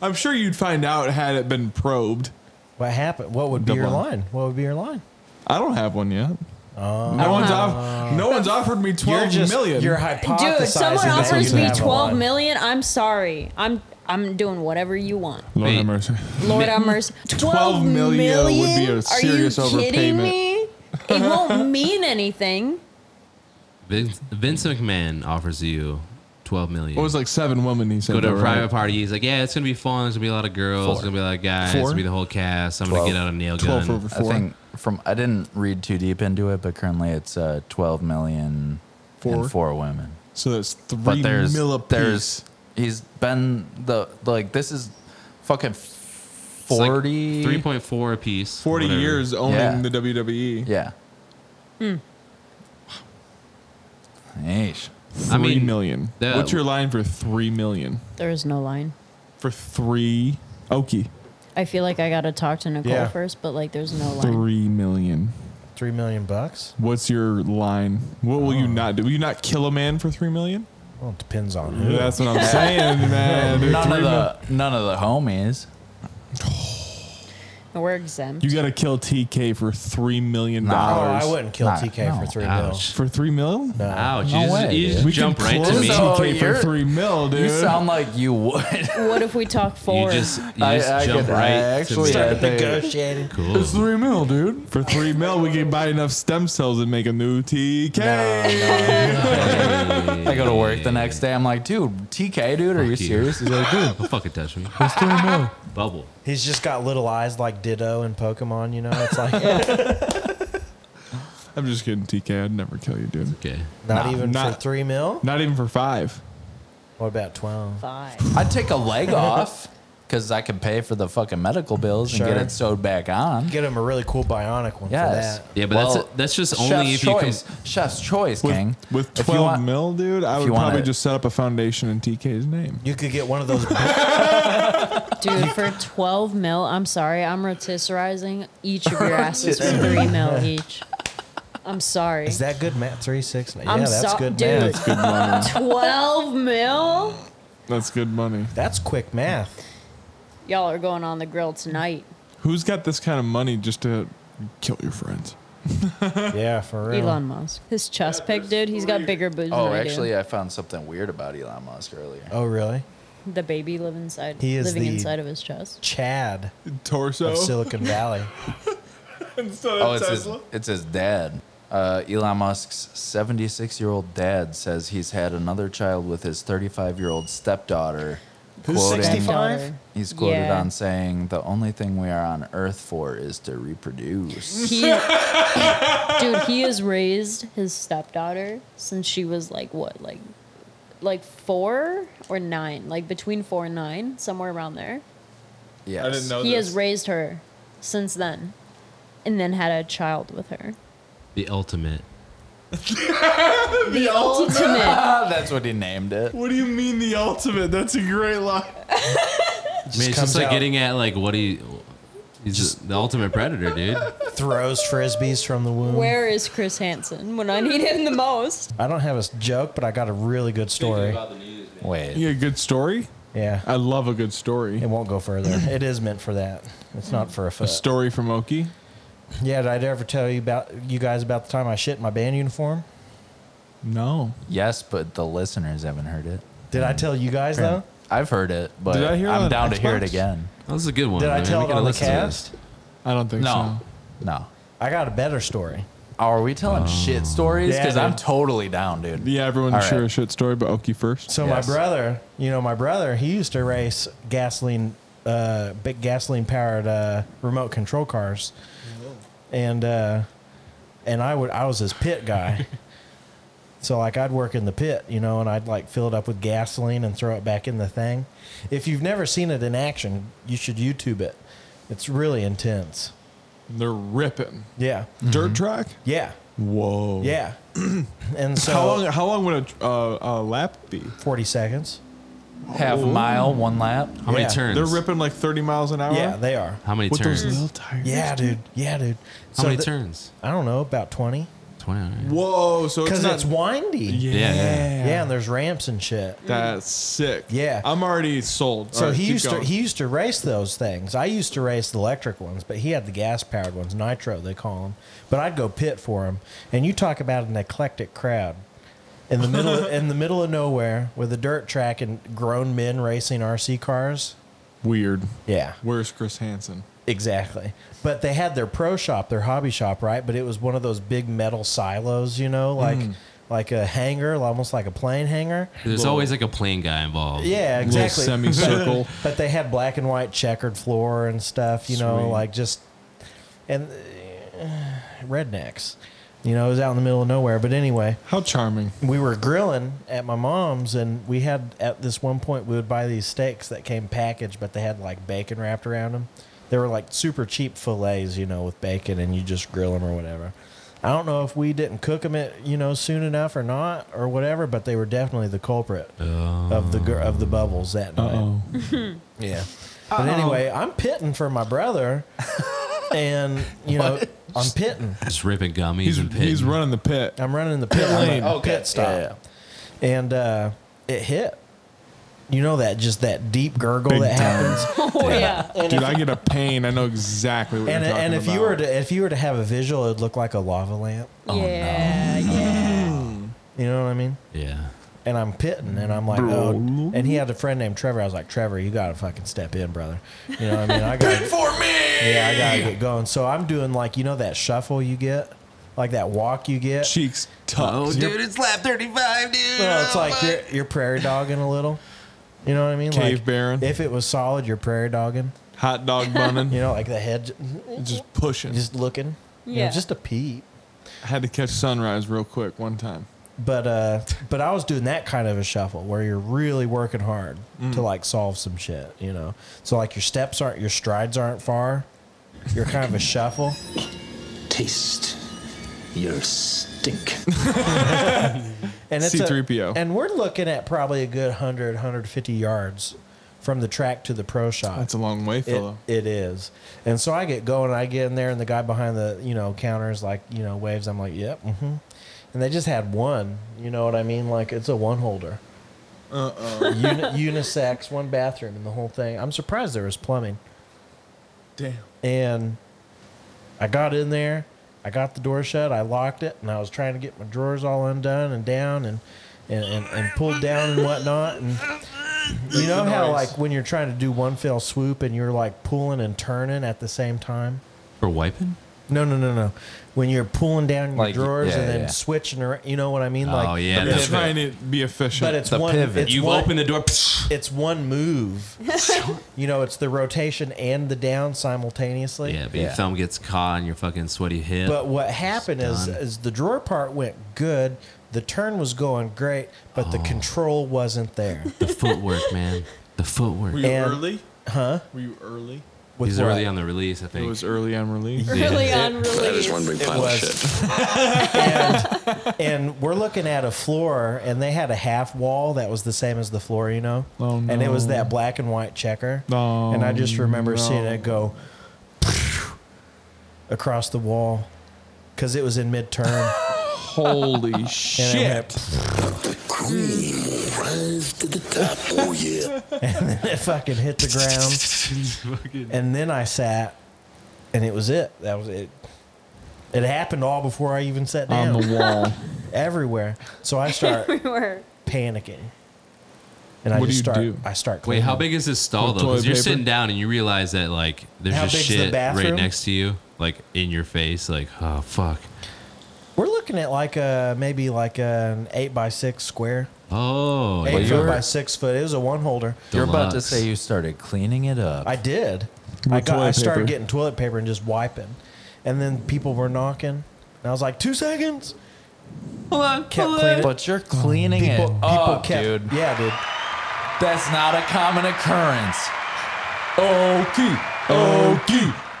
I'm sure you'd find out had it been probed. What happened? What would be Double your line. line? What would be your line? I don't have one yet. no one's off, No one's offered me twelve just- million. You're hypothesizing. Dude, someone that offers you me have a twelve line. million. I'm sorry. I'm I'm doing whatever you want. Lord Wait. have mercy. Lord have mercy. 12 12 million million would be a Are you serious kidding overpayment. me? It won't mean anything. Vince, Vince McMahon offers you 12 million. It was like seven women. He said. Go to a though, private right? party. He's like, yeah, it's gonna be fun. There's gonna be a lot of girls. It's Four. gonna be a lot of guys. It's Four? gonna be the whole cast. I'm gonna Twelve. get out a nail gun. Twelve over I four. think from I didn't read too deep into it, but currently it's uh, 12 million Four. and four women. so that's three But there's mil a piece. there's he's been the like this is fucking It's like 40 3.4 a piece. forty whatever. years owning Yeah. the E. WWE. Yeah. Yeesh. Three I mean, million. that- What's your line for three million? There is no line. For three, Okie, I feel like I gotta talk to Nicole Yeah. first, but like there's no line. three million. Three million bucks? What's your line? What will Oh. you not do? Will you not kill a man for three million? Well, it depends on who. That's *laughs* what I'm saying, man. dude. None Three of mil- the none of the homies. We're exempt. You got to kill TK for three million Oh, dollars. I wouldn't kill Nah, TK for no. three mil. Ouch. For three mil? No. Ouch. No you just, way, you just dude. We jump can right to close me. So TK for Oh, you're- three mil, dude. You sound like you would. *laughs* what if we talk You forward? just, you I- just I jump could- right. I to actually- me. Yeah, they- negotiating. Cool. It's three mil, dude. For three mil, we can buy enough stem cells and make a new TK. I go to work the next day. I'm like, dude, TK, dude, are you Fuck you. *laughs* serious? He's like, dude, Don't fucking touch me. it's three mil. Bubble. He's just got little eyes like Ditto in Pokemon, you know? It's like *laughs* I'm just kidding, TK. I'd never kill you, dude. Okay. not even for not- three mil? Not even for five. What about 12? Five. I'd take a leg off because I could pay for the fucking medical bills Sure. and get it sewed back on. Get him a really cool bionic one Yes. for that. Yeah, but that's that's just chef's only if you can. choice. Chef's choice, With, King. with If you 12 want- mil, dude, I you would want probably it. just set up a foundation in TK's name. You could get one of those. *laughs* Dude, for 12 mil, I'm sorry, I'm rotisserizing each of your asses for 3 mil each. I'm sorry. Is that good math? Three, six, nine. I'm yeah, that's so- good dude. math. That's good money. 12 mil? That's good money. That's quick math. Y'all are going on the grill tonight. Who's got this kind of money just to kill your friends? Yeah, for real. Elon Musk. His chest pic, dude, he's got bigger boobs Oh, than I actually, do. I found something weird about Elon Musk earlier. Oh, really? The baby live inside, He is living the- inside of his chest. Chad Torso? of Silicon Valley. Oh, it's his, it's his dad. Uh, Elon Musk's 76 year old dad says he's had another child with his 35 year old stepdaughter. Who's 65? Daughter. He's quoted Yeah. on saying, The only thing we are on earth for is to reproduce. *laughs* He, dude, he has raised his stepdaughter since she was like what, like, like four or nine, like between four and nine, somewhere around there. Yes. I didn't know he this. has raised her since then, and then had a child with her. The ultimate. The, Oh, ultimate. Ah, that's what he named it. What do you mean the ultimate? That's a great line. I mean, it's comes just like out- getting at like what he. He's just the ultimate predator, dude. Throws frisbees from the womb. Where is Chris Hansen when I need him the *laughs* most? I don't have a s- joke, but I got a really good story. Wait. You got a good story? Yeah. I love a good story. It won't go further. It is meant for that. It's not for a A foot. story from Oki? yeah, did I ever tell you about you guys about the time I shit in my band uniform? No. Yes, but the listeners haven't heard it. Did I tell you guys though? I've heard it, but Did I hear it I'm on down to hear it Xbox? again. That was a good one. Did I man. tell We it gotta on the listen to this. cast? I don't think No. so. No. I got a better story. Are we telling shit stories? Yeah, Because I'm dude. totally down, dude. Yeah, everyone All share right. a shit story, but Oki first. So Yes. my brother, you know, my brother, he used to race gasoline, uh, big gasoline powered uh, remote control cars, and uh, and I would I was his *laughs* pit guy. so like I'd work in the pit, you know, and I'd like fill it up with gasoline and throw it back in the thing. If you've never seen it in action, you should YouTube it. It's really intense. They're ripping. Yeah, Mm-hmm. Dirt track? yeah, Whoa. Mm-hmm. *clears throat* yeah. and so How long? How long would a, uh, a lap be? Forty seconds. Half mile, one lap. How many Yeah, turns? They're ripping like thirty miles an hour. Yeah, they are. How many with turns? those little tires. Yeah, dude. Yeah, dude. How many the- turns? I don't know, about 20. Twenty. all right. Whoa. So it's Because not. it's windy. Yeah. Yeah. yeah. and there's ramps and shit. That's sick. Yeah. I'm already sold. So All right, he keep used going. to he used to race those things. I used to race the electric ones, but he had the gas powered ones, nitro they call them. But I'd go pit for him. And you talk about an eclectic crowd in the middle *laughs* of, in the middle of nowhere with a dirt track and grown men racing RC cars. Weird. Yeah, Where's Chris Hansen? exactly. But Hmm. they had their pro shop, their hobby shop, right? But it was one of those big metal silos, you know, like like a hanger, almost like a plane hanger. There's always like a plane guy involved. Yeah, Little exactly. *laughs* semicircle. But they had black and white checkered floor and stuff, you know, Sweet. like just and uh, rednecks. You know, it was out in the middle of nowhere. But anyway, How charming. we were grilling at my mom's, and we had at this one point we would buy these steaks that came packaged, but they had like bacon wrapped around them. They were like super cheap fillets, you know, with bacon, and you just grill them or whatever. I don't know if we didn't cook them, at, you know, soon enough or not or whatever, but they were definitely the culprit of the gr- of the bubbles that night. Oh, Yeah. But anyway, I'm pitting for my brother, and you know, I'm pitting. Just ripping gummies he's and pins. he's running the pit. I'm running the pit lane. lane. Pit stop. And uh, it hit. You know that just that deep gurgle Big that time. happens. Oh yeah. Dude, I get a pain. I know exactly what and you're talking and if about. you were to if you were to have a visual, it'd look like a lava lamp. yeah. Yeah. You know what I mean? yeah. And I'm pitting, and I'm like, oh. And he had a friend named Trevor. I was like, Trevor, you gotta fucking step in, brother. You know what *laughs* I mean? I got For me! yeah, I gotta get going. So I'm doing like you know that shuffle you get, like that walk you get. cheeks tucked. Dude, it's lap 35, dude. No, it's like you're, you're prairie dogging a little. You know what I mean? Cave like, baron. If it was solid, you're prairie dogging. Hot *laughs* dog bunning. You know, like the head, Just pushing. just looking. Yeah. Yeah. just a peep. I had to catch sunrise real quick one time. But uh, but I was doing that kind of a shuffle where you're really working hard Mm. to like solve some shit. You know, so like your steps aren't, your strides aren't far. You're kind of a shuffle. Taste your stink. and it's a- C-3PO. and we're looking at probably a good 100, 150 yards from the track to the pro shot. That's a long way, It, fellow. it is. And so I get going, I get in there, and the guy behind the, you know, counters, like, you know, waves. I'm like, yep. hmm And they just had one. You know what I mean? Like, it's a one holder. Uh-oh. Uni- unisex, one bathroom, and the whole thing. I'm surprised there was plumbing. Damn. And I got in there, I got the door shut, I locked it, and I was trying to get my drawers all undone and down and and, and, and pulled down and whatnot. And you know how noise. like when you're trying to do one fell swoop and you're like pulling and turning at the same time? For wiping? No, no, no, no. When you're pulling down your Like, drawers yeah, and then yeah. switching around, you know what I mean? oh, Like, yeah. You're that's- trying to be efficient. But it's The one. pivot. It's You've one, opened the door. It's one *laughs* move. you know, it's the rotation and the down simultaneously. Yeah, but your Yeah. thumb gets caught on your fucking sweaty hip. But what happened is, done. is the drawer part went good. The turn was going great, but the control wasn't there. the footwork, man. The footwork. were you and- early? Huh? Were you early? With He's what? early on the release, I It think. was early on release. Really on That is one release. big pile of was. shit. *laughs* and, and we're looking at a floor, and they had a half wall that was the same as the floor, you know? Oh, And it was no. that black and white checker. Oh, and I just remember seeing no. it go *laughs* across the wall because it was in mid turn. *laughs* Holy And it went- *laughs* shit. Cream will rise to the top. Oh yeah. it fucking hit the ground. *laughs* and then I sat, and it was it. That was it. It happened all before I even sat On down. the *laughs* wall. Everywhere. So I *laughs* start *laughs* We were. panicking. And I What do just you start. do? I start. Wait, Cleaning. how big is this stall though? With Because toilet you're paper? sitting down and you realize that like there's How just big's the shit right bathroom? next to you, like in your face, like oh fuck. We're looking at like a maybe like an eight by six square, Oh, eight you foot were- by six foot. It was a one holder. You're about to Deluxe. say you started cleaning it up. I did. I got. toilet I started paper. getting toilet paper and just wiping, and then people were knocking, and I was like, two seconds. hold on, Kept cleaning. But you're cleaning People, it people up, kept. dude. Yeah, dude. That's not a common occurrence. Okie, Okie, Okie,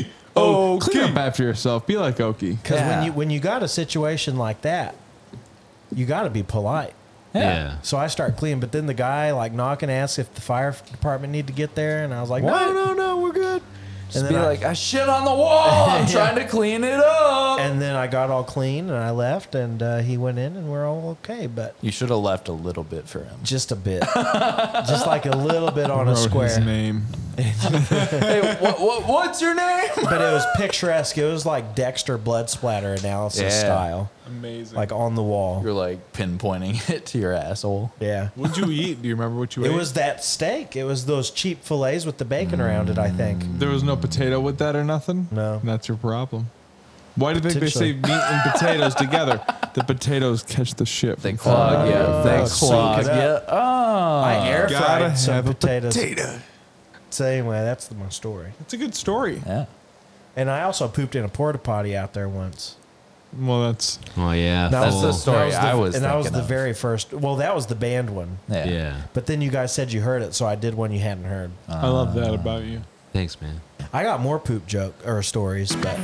Okie. Oh, Clean up after yourself. Be like Okie. Because Yeah. when you when you got a situation like that, you got to be polite. yeah. So I start cleaning, but then the guy like knocking asks if the fire department need to get there, and I was like, What? no, no, no, we're good. Just and be then I, like, I shit on the *laughs* wall. I'm Yeah. trying to clean it up. and then I got all clean and I left, and uh, he went in, and we're all okay, but you should have left a little bit for him. just a *laughs* bit, just like a little bit on Wrote a his square. name. hey, what, what, what's your name? But it was picturesque. It was like Dexter blood splatter analysis Yeah. style, Amazing. like on the wall. *laughs* You're like pinpointing *laughs* it to your asshole. Yeah. What'd you eat? Do you remember what you It ate? was that steak. It was those cheap fillets Mm. with the bacon around it, I think. There was no potato with that or nothing? No. That's your problem. Why do you think they say meat and potatoes together? The potatoes catch the shit. They clog, yeah. They clog, yeah. Oh, I air Gotta fried some have a potatoes. potato. So anyway, that's the, my story. It's a good story. Yeah. And I also pooped in a porta potty out there once. Well, that's Oh yeah, That full. was- that story I was and that was thinking the of. very first. Well, that was the band one. Yeah. Yeah. But then you guys said you heard it, so I did one you hadn't heard. Oh. I love that about you. Thanks, man. I got more poop joke or stories, but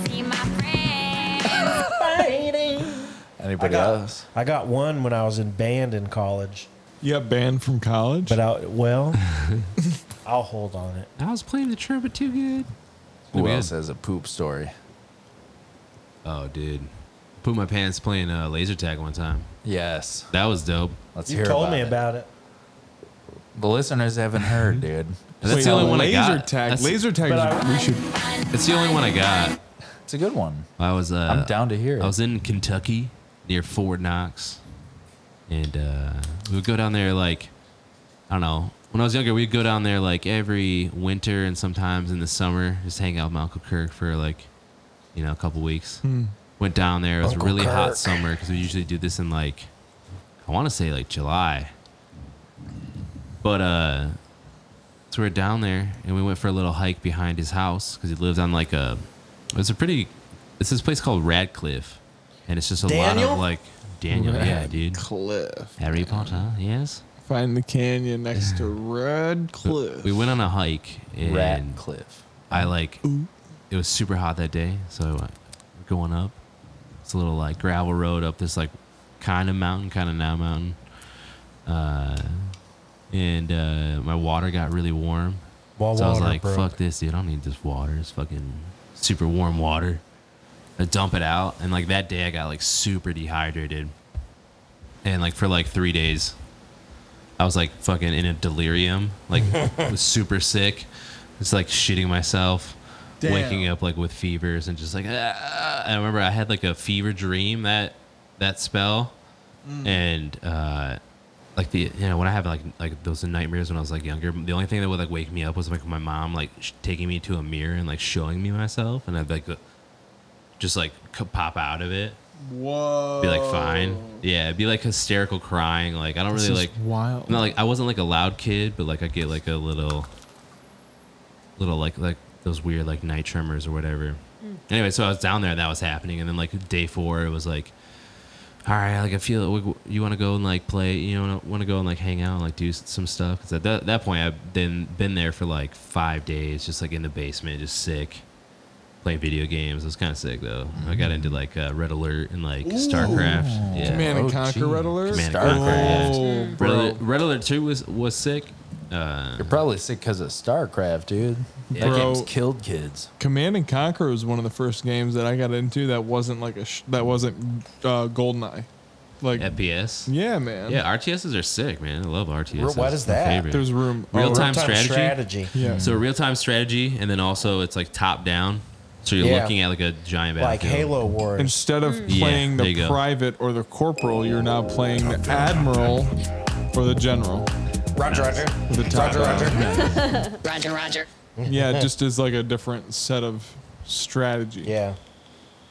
Anybody got- else? I got one when I was in band in college. You got banned from college. But I *laughs* well, I'll hold on it. I was playing the trumpet too good. Who Maybe else has a poop story? Oh, dude, put my pants playing uh, laser tag one time. Yes. That was dope. Let's You hear told about me it. about it, The listeners haven't heard, *laughs* dude. That's the only one I laser got. Tag. That's- laser tag. but is- we should. It's the only one I got. It's a good one. I was. Uh, I'm down to hear it. I was in Kentucky near Fort Knox, and uh, we would go down there like I don't know. When I was younger, we'd go down there like every winter and sometimes in the summer, just hang out with my Uncle Kirk for like you know a couple weeks. Went down there. It was Uncle a really hot Kirk. summer because we usually do this in like I want to say like July, but uh. So we're down there, and we went for a little hike behind his house because he lives on like a. It's a pretty. It's this place called Radcliffe, and it's just a lot Daniel? of like Daniel. Yeah, dude. Cliff. Harry Potter. Yes. Find the canyon next *sighs* to Red Cliff. We went on a hike, and Ratcliffe. I like. It was super hot that day, so I went going up. It's a little like gravel road up this like kind of mountain, kind of now mountain. Uh, and uh, my water got really warm. Well, so I was water like, broke. fuck this, dude. I don't need this water. It's fucking super warm water. I dump it out. And like that day, I got like super dehydrated. And like for like three days, I was like fucking in a delirium. Like, was super sick. It's like shitting myself. Waking up like with fevers and just like ah. I remember I had like a fever dream that that spell, and uh, like the you know when I have like like those nightmares when I was like younger, the only thing that would like wake me up was like my mom like sh- taking me to a mirror and like showing me myself, and I'd like go- just like c- pop out of it, Whoa. be like fine, yeah, it'd be like hysterical crying, like I don't This really is like wild. not like I wasn't like a loud kid, but like I get like a little, little like like those weird like night tremors or whatever. Anyway, so I was down there and that was happening, and then like day four, it was like, all right, like I feel we- you want to go and like play, you know, want to go and like hang out, and, like do s- some stuff. Because at that, that point, I've been been there for like five days, just like in the basement, just sick. Playing video games, it was kind of sick though. I got into like uh, Red Alert and like StarCraft. Yeah. Command and Conquer gee. Red Alert. Oh, Command and Star- Conquer, yeah. Oh, Red bro. Alert, Red Alert 2 was, was sick. Uh, You're probably sick because of StarCraft, dude. That Bro. game's killed kids. Command and Conquer was one of the first games that I got into that wasn't like a sh- that wasn't uh, Goldeneye, like FPS. Yeah. yeah, man. RTSs are sick, man. I love RTSs. What is It's my that? favorite. there's room. Real oh, time Real-time strategy. strategy. Yeah. So real time strategy, and then also it's like top down. So you're Yeah. looking at like a giant like battlefield. Halo Wars. Instead of Yeah, playing there the you go. private or the corporal, you're now playing the admiral or the general. Roger, Roger. The top roger. Roger, Roger. Yeah, it just is like a different set of strategy. Yeah.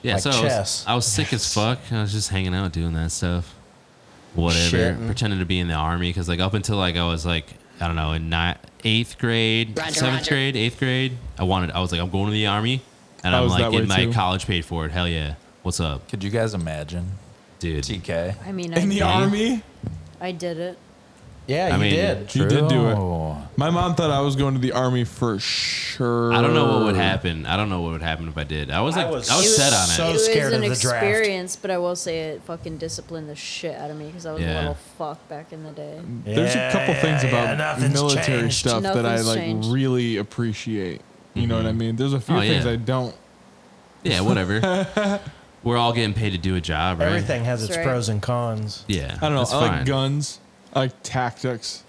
Yeah, Like so I was, chess. I was sick as fuck. I was just hanging out doing that stuff. Whatever. Shitting. Pretending to be in the army because like up until like I was like I don't know in ni- eighth grade, Roger, seventh roger. grade, eighth grade. I wanted. I was like I'm going to the army, and I I'm was like that way getting my too. college paid for it. Hell yeah. What's up, Could you guys imagine? dude? TK. I mean, I, In the did- Mm-hmm. army, I did it. Yeah, you I mean, did. you did do it. Oh, My mom thought I was going to the army for sure. I don't know Oh. what would happen. I don't know what would happen if I did. I was I like I was was, so set on so- it. was scared it of was an the draft. experience, but I will say it fucking disciplined the shit out of me because I was a Yeah. little fuck back in the day. There's a couple things about military stuff that I Nothing's like changed. really appreciate. You know what I mean? There's a few Oh, things yeah. I don't. Yeah, whatever. *laughs* We're all getting paid to do a job, right? Everything has its That's right. pros and cons. Yeah. I don't know. that's I like fine. guns. I like tactics.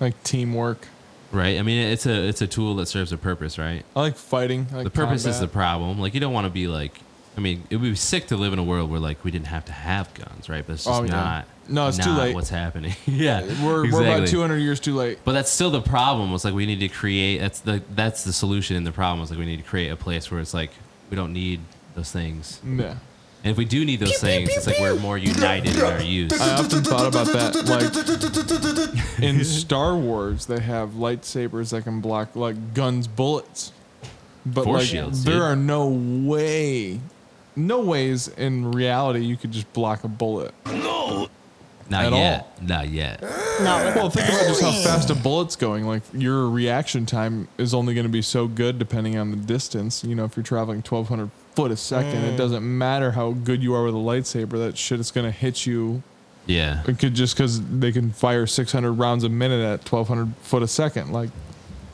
I like teamwork. Right. I mean, it's a it's a tool that serves a purpose, right? I like fighting. I like the purpose is the combat. problem. Like you don't want to be like. I mean, it would be sick to live in a world where like we didn't have to have guns, right? But it's just Oh, yeah. not. No, it's too not late. What's happening? *laughs* yeah, We're, we're about exactly. 200 years too late. But that's still the problem. Was like we need to create. That's the that's the solution in the problem. Is like we need to create a place where it's like we don't need those things. Yeah. And if we do need those things, it's like we're more united in our use. I often thought about that. Like in Star Wars, they have lightsabers that can block like guns, bullets, but Force like shields, there dude. are no way, no ways in reality you could just block a bullet. No, Not at yet. all. Not yet. Well, think about just how fast a bullet's going. Like your reaction time is only going to be so good depending on the distance. You know, if you're traveling 1,200 foot a second, Mm. it doesn't matter how good you are with a lightsaber. That shit is going to hit you. Yeah. It could just because they can fire 600 rounds a minute at 1,200 foot a second. Like,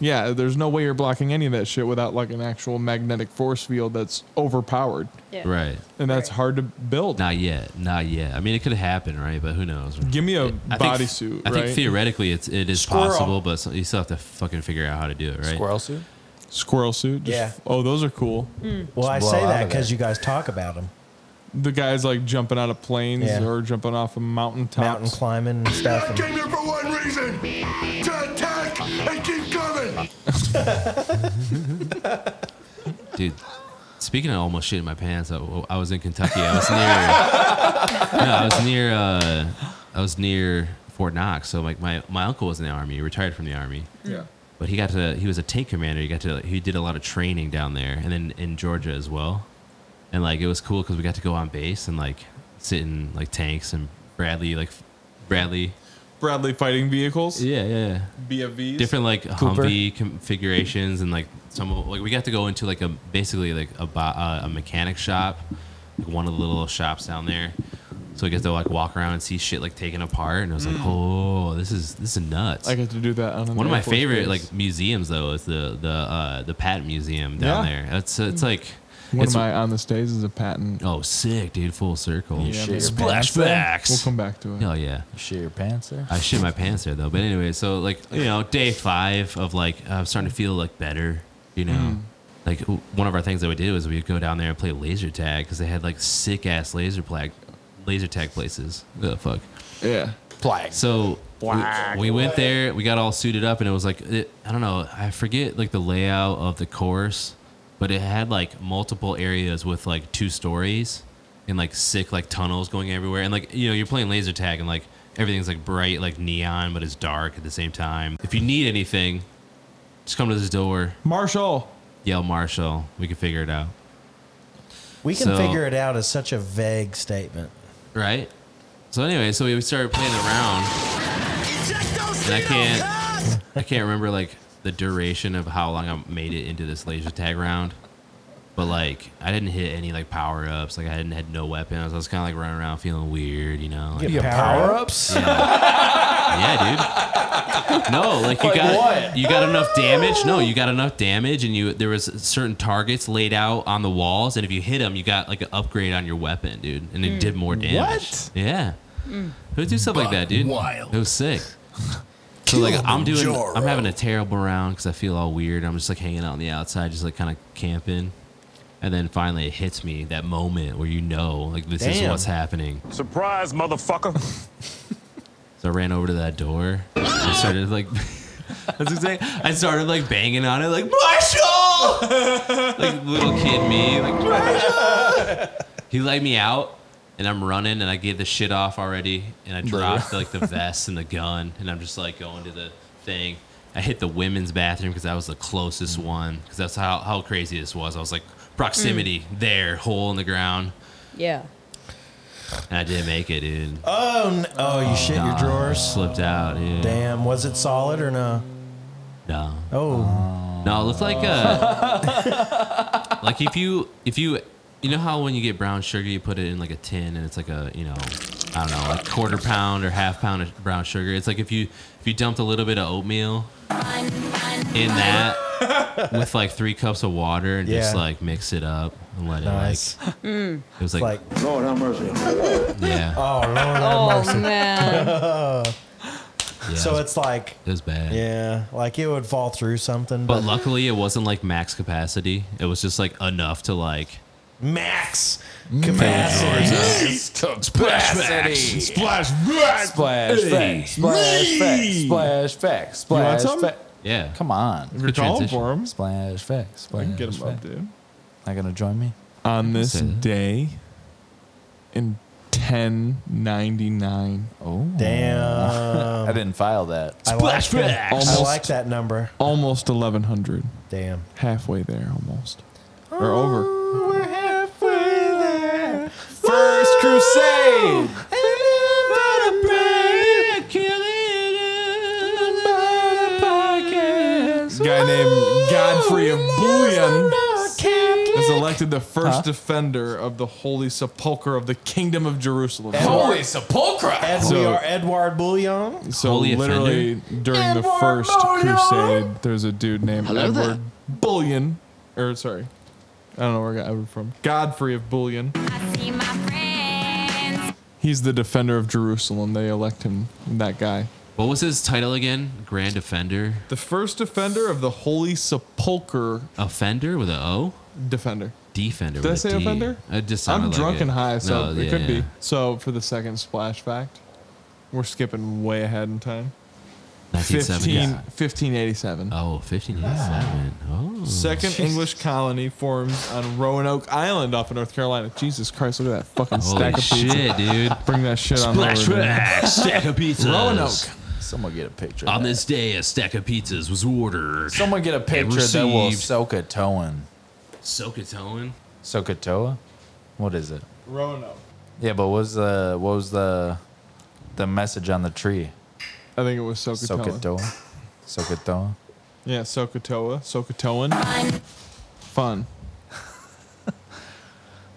yeah, there's no way you're blocking any of that shit without like an actual magnetic force field that's overpowered. Yeah. Right. And that's hard to build. Not yet. Not yet. I mean, it could happen, right? But who knows? Give me a I think- bodysuit. I think right? theoretically, it's it is Squirrel. possible, but so- you still have to fucking figure out how to do it, right? Squirrel suit. Squirrel suit. Just, Yeah. Oh, those are cool. Mm. Well, I say that because you guys talk about them. the guys like jumping out of planes Yeah. or jumping off of mountain tops. Mountain climbing and stuff. and- Came here for one reason: to attack and keep coming. Dude, speaking of almost shitting my pants, I, I was in Kentucky. I was near. *laughs* no, I was near. Uh, I was near Fort Knox. So like my my uncle was in the army, he retired from the army. Yeah. But he got to. He was a tank commander. He got to. He did a lot of training down there, and then in Georgia as well. And like it was cool because we got to go on base and like sit in like tanks and Bradley like Bradley. Bradley fighting vehicles. Yeah, yeah. BFVs. different like Cooper. Humvee configurations and like some of- like we got to go into like a basically like a bo- uh, a mechanic shop, like one of the little shops down there. So we get to like walk around and see shit like taken apart, and I was like, Mm. oh, this is this is nuts. I get to do that on an one of my Air Force base. favorite like museums though is the the uh, the Pat Museum down Yeah. Mm. there. It's it's like One it's, of my on the days is a patent. oh sick dude, full circle. You Yeah, shit your Splash pants there? facts. We'll come back to it. Oh yeah. Shit your pants there. I shit my pants there though. But anyway, so like you know, day five of like I'm starting to feel like better. You know, Mm. like w- one of our things that we did was we'd go down there and play laser tag because they had like sick ass laser plag, laser tag places. Oh fuck. Yeah. Plag. So we- we, went there. We got all suited up, and it was like it, I don't know. I forget like the layout of the course, but it had like multiple areas with like two stories and like sick like tunnels going everywhere. And like you know, you're playing laser tag, and like everything's like bright like neon, but it's dark at the same time. If you need anything, just come to this door. Marshall. Yell Marshall. We can figure it out. We can So- figure it out as such a vague statement. right? So anyway, so we started playing around, and I can't, I can't remember like the duration of how long I made it into this laser tag round, but like I didn't hit any like power ups, like I hadn't had no weapons. I was kind of like running around feeling weird, you know. Like, You get power-ups? *laughs* Yeah. yeah, dude. No, like you Like got what? you got enough damage. No, you got enough damage, and you there was certain targets laid out on the walls, and if you hit them, you got like an upgrade on your weapon, dude, and it Mm. did more damage. What? Yeah. Who do stuff like that, dude? wild. It *laughs* was sick. So like I'm doing, Kilimanjaro. I'm having a terrible round because I feel all weird. I'm just like hanging out on the outside, just like kind of camping, and then finally it hits me that moment where you know, like this is Damn. what's happening. Surprise, motherfucker. *laughs* So I ran over to that door. I started like, *laughs* that's exactly. I started like banging on it, like Marshall, *laughs* like little kid me, like Marshall. He let me out, and I'm running, and I gave the shit off already, and I dropped like *laughs* the vest and the gun, and I'm just like going to the thing. I hit the women's bathroom because I was the Mm. closest one, because that's how how crazy this was. I was like proximity Mm. there, hole in the ground, Yeah. and I didn't make it, dude. Oh, no. oh you shit your Nah, drawers. Slipped out, dude. Damn, was it solid or no? No. Oh, No, it looked like uh like if you if you you know how when you get brown sugar you put it in like a tin and it's like a you know I don't know like quarter pound or half pound of brown sugar. It's like if you if you dumped a little bit of oatmeal in that with like three cups of water and just Yeah. like mix it up and let it like Mm. it was like, Lord have mercy. yeah oh Lord have Oh, mercy. *laughs* man. Yeah, it so was- it's like it was bad. yeah, like it would fall through something, But but, luckily it wasn't like max capacity. It was just like enough to like max capacity. Splash facts. Splash facts. Splash Hey. facts. Splash Me. facts. Splash facts. You want Splash some? facts. Yeah. Come on. If you're Good calling transition. for 'em. Splash facts. Splash I can get 'em up, facts. dude. Not gonna join me. on this day in 1099. Oh. Damn. I didn't file that. I like, that. I like that number. Almost 1100. Damn. Halfway there almost. Or over. We're halfway there. First Crusade. Guy named Godfrey of Bouillon is elected the first Huh? defender of the Holy Sepulchre of the Kingdom of Jerusalem. Holy sepulchra! Ed, we So- are Edward Bouillon. So Holy literally during the first crusade, there's a dude named Hello there. Edward Bullion, or sorry, I don't know where I got Edward from. Godfrey of Bullion. He's the defender of Jerusalem. They elect him that guy. What was his title again? Grand Defender? The first defender of the Holy Sepulchre Offender with a O? defender. Defender. Did I with a say D. offender? It just I'm sounded like drunk it. and high, so No, it yeah, could yeah. be. So for the second splash fact, we're skipping way ahead in time. 1970. 15 1587. Oh, 1587. Oh. Second Jeez. English colony forms on Roanoke Island off in North Carolina. Jesus Christ, look at that fucking Holy stack of shit, pizza. dude. Bring that shit on Splash over. dude. back, stack of pizzas. Roanoke. Someone get a picture. of On that. this day, a stack of pizzas was ordered. Someone get a picture that will received. Sokotoan. Sokotoan? Sokotoa? What is it? Roanoke. Yeah, but what was the what was the the message on the tree? I think it was Sokotoa. Sokotoa. Sokotoa. Yeah, Sokotoa. Sokotoan. Fun.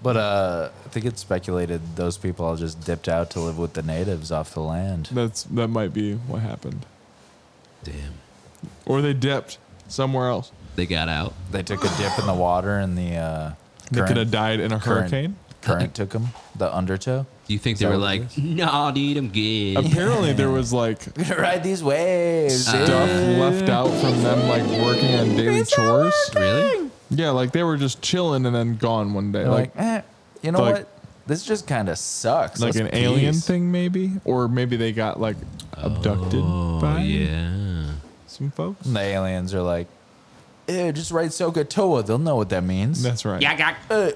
But uh, I think it's speculated those people all just dipped out to live with the natives off the land. That's that might be what happened. Damn. Or they dipped somewhere else. They got out. They took a dip in the water and the uh, They could have died in a current- *laughs* hurricane? Current took them. The undertow. *laughs* Do you think Is they that were what it like, nah, dude, I'm good? Apparently there was like We're *laughs* gonna ride these waves. stuff left out from them like working on daily chores. *laughs* really? Yeah, like they were just chilling and then gone one day. They're Like like, eh, you know like- what? This just kind of sucks. like an Let's alien peace." thing maybe or maybe they got like abducted Oh, by yeah. some folks And the aliens are like, Ew, just write Sokotoa. They'll know what that means. that's right got. Uh,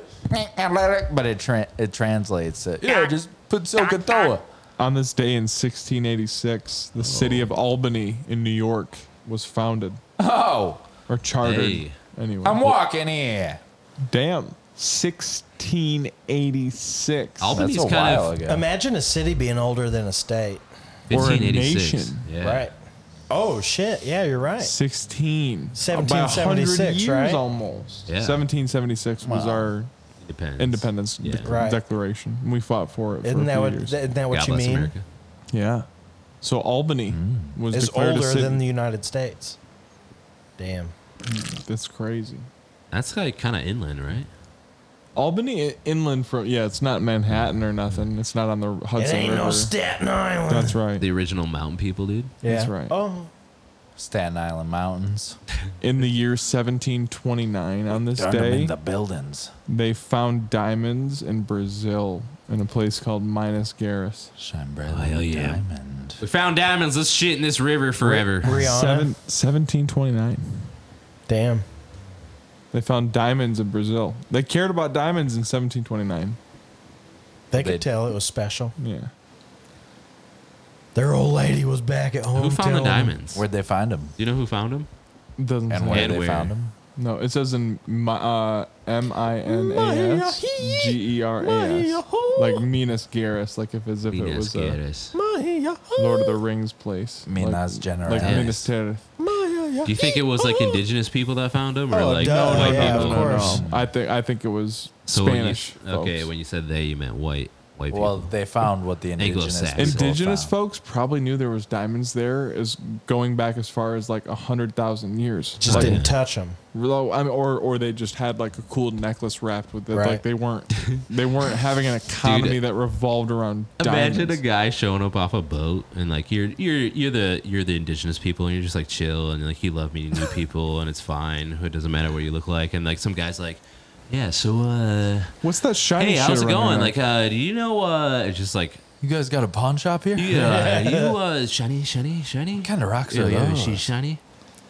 but it tra- it translates it. Yeah, just put Sokotoa. on this day in 1686 the city Oh. of albany in new york was founded Oh, or chartered Hey. anyway I'm walking here. damn 1686 Albany's That's a kind while of ago. Imagine a city being older than a state. Or a 1586. nation. Yeah. Right. Oh shit! Yeah, you're right. 16 1776, About 100 years right? almost Yeah. 1776 was our Independence. independence Yeah. de- Right. declaration we fought for it for Isn't a that few what? years. Isn't that what God you bless mean? America. Yeah. So Albany was Is declared a older city. than the United States. Damn. That's crazy. That's like kind of inland, right? Albany i- inland from yeah, it's not Manhattan or nothing. It's not on the It Hudson ain't River. no Staten Island. That's right. The original mountain people, dude. That's right. Oh, Staten Island Mountains. In the year 1729, on this Darn 'em day, in the buildings. they found diamonds in Brazil in a place called Minas Gerais. Shine bright Oh, hell like a yeah. diamond. We found diamonds. Let's shit in this river forever. Rihanna. Seven, 1729. Damn. They found diamonds in Brazil. They cared about diamonds in 1729. They could They- tell it was special. Yeah. Their old lady was back at home. Who found the telling them- diamonds? Do Where'd they find them? you know who found them? Doesn't And say. where And they where? found them? No, it says in Mi- uh, M I N A S G E R A S. Like Minas Gerais, like if as if it Minas was uh, a Gerais. Lord of the Rings place. Minas like, Gerais. Like Yes. Minas Tirith. Do you think it was like indigenous people that found them, or Oh, like duh, white yeah, of people? course. I think I think it was So when you- Spanish. okay, folks. when you said they, you meant white white Well, people. they found what the indigenous Anglo-Saxon. people Indigenous found. folks probably knew there was diamonds there, is going back as far as like a hundred thousand years. Just like, didn't touch them. real- I mean, or or they just had like a cool necklace wrapped with it. Like Right. they weren't they weren't having an economy that revolved around. Diamonds. Imagine a guy showing up off a boat and like you're you're you're the you're the indigenous people and you're just like chill and like you love meeting new people and it's fine. It doesn't matter what you look like and like some guys like, yeah. So uh, What's that shiny? hey, shit how's it around your going? neck? Like, uh, do you know? Uh, it's just like You guys got a pawn shop *laughs* here? yeah, you uh, shiny, shiny, shiny. Kinda rocks yeah, her yeah, low. she's shiny.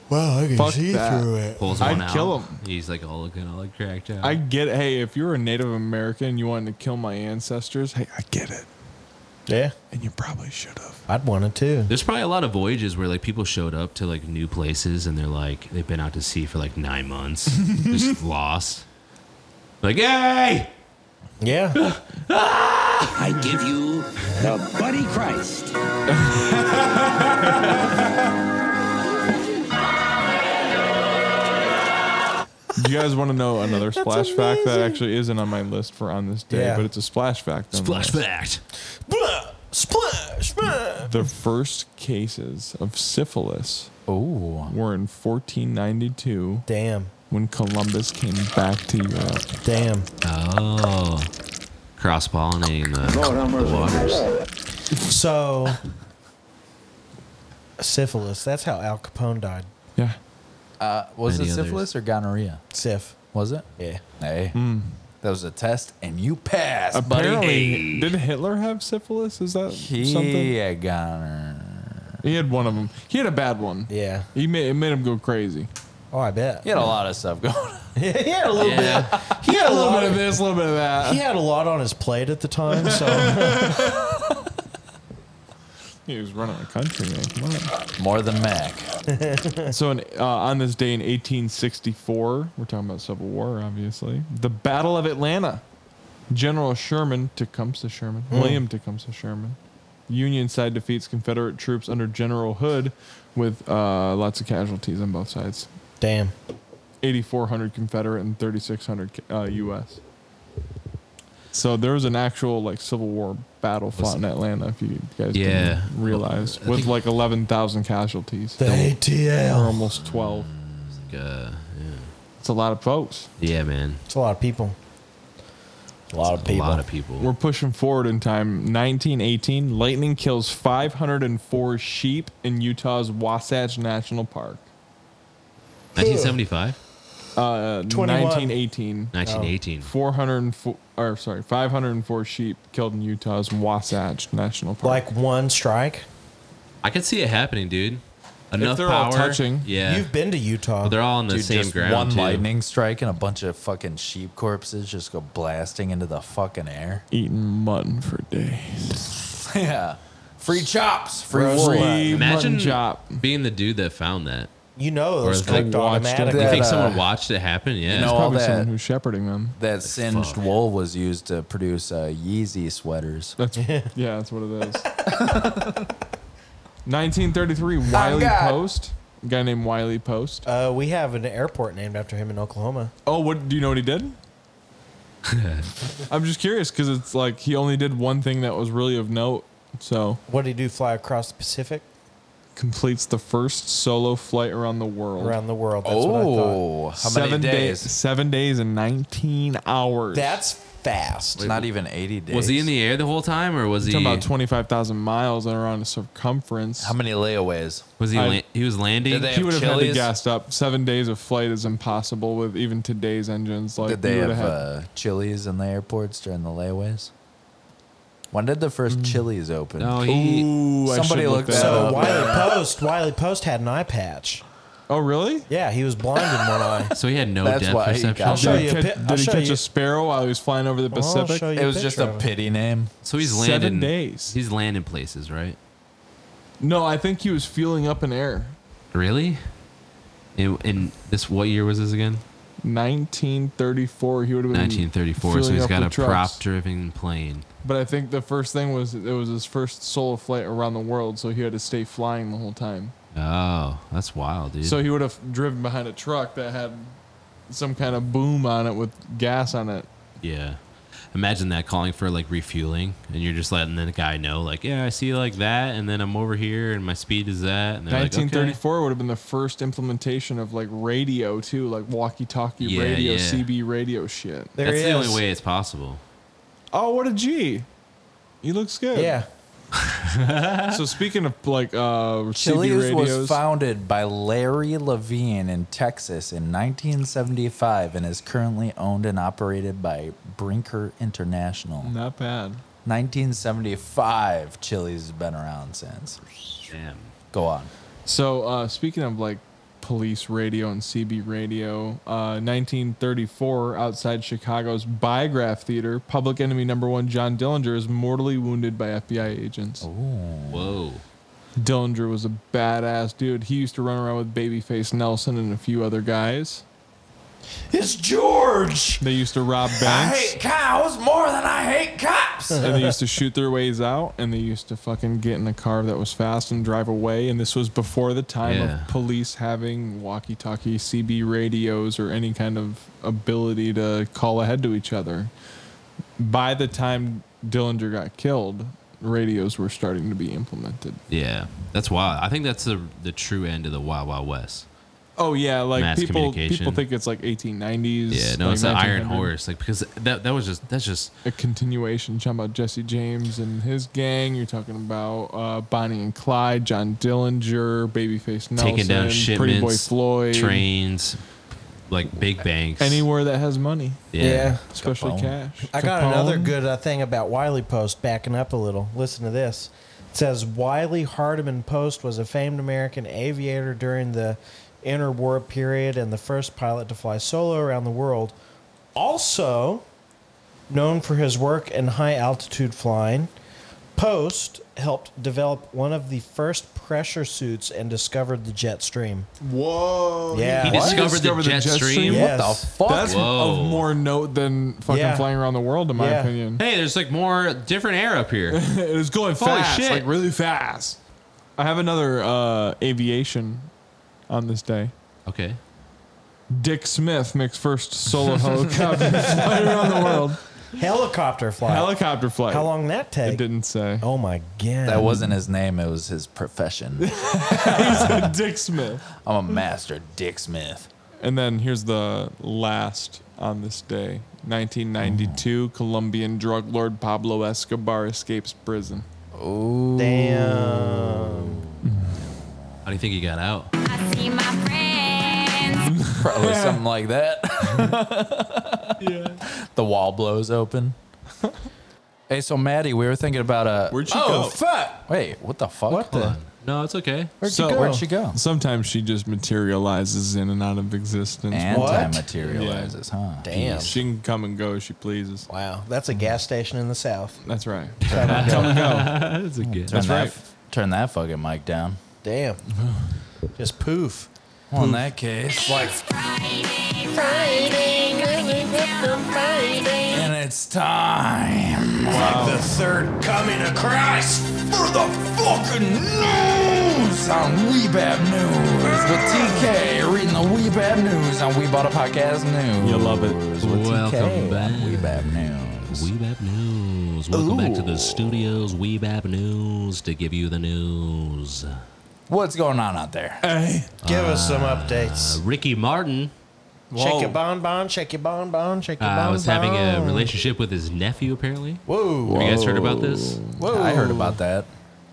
Wow, I can Fuck see that. through it. Pulls I'd one out. kill him. He's like all looking all cracked out. I get it. Hey, if you're a Native American and you wanted to kill my ancestors, hey, I get it. Yeah. And you probably should have. I'd want it too. There's probably a lot of voyages where like people showed up to like new places and they're like they've been out to sea for like nine *laughs* months, just lost. Like, hey, yeah, I give you the Buddy Christ. Do you guys want to know another splash fact that actually isn't on my list for on this day, Yeah. but it's a splash fact. Splash nonetheless. fact. *laughs* Splash, splash. The first cases of syphilis were in 1492. Damn. When Columbus came back to Europe. Damn. Oh, cross pollinating Lord have the, mercy. the waters. So, syphilis. That's how Al Capone died. Yeah. Uh, was Any it others? syphilis or gonorrhea? Syph. Was it? Yeah. Hey. That was a test, and you passed, buddy. Apparently, did Hitler have syphilis? Is that He something? had gonorrhea. He had one of them. He had a bad one. Yeah. He made, it made him go crazy. Oh, I bet. He had a lot of stuff going on. *laughs* Yeah, he had a little bit. He had a little lot bit of this, a little bit of that. He had a lot on his plate at the time, *laughs* so He was running the country, man. Come on. *laughs* More than Mac. so, in, uh, on this day in 1864, we're talking about Civil War, obviously. The Battle of Atlanta. General Sherman, Tecumseh Sherman, Mm. William Tecumseh Sherman. Union side defeats Confederate troops under General Hood with uh, lots of casualties on both sides. Damn. 8,400 Confederate and 3,600 uh, U.S. So there was an actual like Civil War battle fought in Atlanta. If you guys Yeah. didn't realize, I with think- like 11,000 casualties, The ATL. Or almost 12. Uh, It's a lot of folks. yeah, man. it's a lot of people. A lot of A people. lot of people. We're pushing forward in time. 1918, lightning kills 504 sheep in Utah's Wasatch National Park. 1975. Uh, 21. 1918. 1918. 404, or sorry, 504 sheep killed in Utah's Wasatch National Park. Like one strike. I could see it happening, dude. Enough they're power. all touching, yeah. You've been to Utah. But Oh, they're all on the Dude, same just ground. One too. lightning strike and a bunch of fucking sheep corpses just go blasting into the fucking air. Eating mutton for days. yeah. Free chops. Free Free wool. Imagine mutton chop. being the dude that found that. You know Or those if they clicked watched it. automatically. You think That, uh, someone watched it happen? Yeah. you know, all Probably someone that, who's shepherding them. that singed wool was used to produce uh, Yeezy sweaters. That's yeah, that's what it is. *laughs* 1933, Oh, Wiley God. Post. A guy named Wiley Post. Uh, we have an airport named after him in Oklahoma. Oh, what do you know what he *laughs* did? I'm just curious because it's like he only did one thing that was really of note. So What did he do? Fly across the Pacific? completes the first solo flight around the world. Around the world, that's what I thought. Oh, how many Seven day- days? seven days and 19 hours. That's fast. It's not even 80 days. Was he in the air the whole time, or was You're he? talking about 25,000 miles and around a circumference. How many layaways? was he? I- la- he was landing. Did they he would have had to chilies? gassed up. Seven days of flight is impossible with even today's engines. Like Did they you have would had- uh, Chili's in the airports during the layaways? When did the first Chili's open? No, he- Ooh, I somebody should look looked that that So uh, up. Wiley Post, Wiley Post had an eye patch. Oh, really? Yeah, he was blind in one eye. So he had no That's depth why he perception. got I'll did show he you a catch, pi- did I'll he show catch you- a sparrow while he was flying over the I'll show Pacific? you It was just picture a of it. pity name. So he's landing. Seven days. He's landing places, right? No, I think he was feeling up in air. Really? In, in this, what year was this again? 1934, he would have been 1934. So Mm, filling he's up got the a trucks. prop-driven plane. But I think the first thing was it was his first solo flight around the world, so he had to stay flying the whole time. Oh, that's wild, dude. So he would have driven behind a truck that had some kind of boom on it with gas on it. yeah. Imagine that calling for like refueling, and you're just letting the guy know, like, yeah, I see like that, and then I'm over here, and my speed is that. And they're like, okay. 1934 would have been the first implementation of like radio too, like walkie-talkie Yeah, radio, yeah. CB radio shit. There That's he the is. only way it's possible. Oh, what a G! You looks good. Yeah. so speaking of like uh, CB Chili's was radios, founded by Larry Levine in Texas in 1975 and is currently owned and operated by Brinker International. not bad. 1975, Chili's has been around since. Damn. Go on. So uh, speaking of like police radio and CB radio. Uh, 1934, outside Chicago's Biograph Theater, public enemy number one John Dillinger is mortally wounded by FBI agents. Whoa. Dillinger was a badass dude. He used to run around with Babyface Nelson and a few other guys. It's George. They used to rob banks. I hate cows more than I hate cops. and they used to shoot their ways out and they used to fucking get in a car that was fast and drive away and this was before the time Yeah. of police having walkie-talkie cb radios or any kind of ability to call ahead to each other by the time dillinger got killed radios were starting to be implemented Yeah, that's wild. I think that's the the true end of the Wild Wild West. oh yeah like Mass people communication. people think it's like 1890s Yeah, no, like it's the Iron 1900. Horse, like because that that was just that's just a continuation. Talking about Jesse James and his gang. You're talking about uh, Bonnie and Clyde, John Dillinger, Babyface Nelson, taking down Pretty Boy shipments, Floyd, trains, like big banks. anywhere that has money. Yeah. Yeah. especially Capone. cash. I got Capone. another good uh, thing about Wiley Post backing up a little. Listen to this. It says Wiley Hardiman Post was a famed American aviator during the interwar period and the first pilot to fly solo around the world. Also known for his work in high altitude flying, Post helped develop one of the first pressure suits and discovered the jet stream. Whoa! Yeah. He discovered the jet stream? What Yes. the fuck? That's Whoa. of more note than fucking Yeah. flying around the world, in my Yeah. *laughs* opinion. Hey, there's like more different air up *laughs* here. it was going Holy fast, shit. like really fast. I have another uh, aviation on this day. Okay. Dick Smith makes first solo helicopter flight around the world. Helicopter flight. *laughs* Helicopter flight. How long that take? It didn't say. Oh my god. That wasn't his name, it was his profession. *laughs* Dick Smith. I'm a master Dick Smith. And then here's the last on this day 1992, Colombian drug lord Pablo Escobar escapes prison. Oh. Damn. How do you think he got out? See my friends. Probably something like that. *laughs* The wall blows open. hey, so Maddie, we were thinking about a. Where'd she oh, go? fuck. Wait, what the fuck? What the? No, it's okay. Where'd she go? Where'd she go? Sometimes she just materializes in and out of existence. Anti-materializes, huh? Damn. She can come and go as she pleases. Wow, that's a gas station in the *laughs* south. That's right. Come and Come and go. That's a good- Turn Oh, That's that, right. Turn that fucking mic down. Damn. Just poof. Well, in that case, like, and it's time. Like the third coming of Christ for the fucking news on Weebab News with TK reading the Weebab News on We Bought a Podcast News. You'll love it. Welcome back. Weebab News. Weebab News. Welcome back to the studios, Weebab News, to give you the news. What's going on out there? Hey, give us some updates. Uh, Ricky Martin Shake your bon bon, shake your bon bon, shake your bon uh, bon. was having a relationship with his nephew, apparently. Whoa. Have you guys heard about this? Whoa. I heard about that.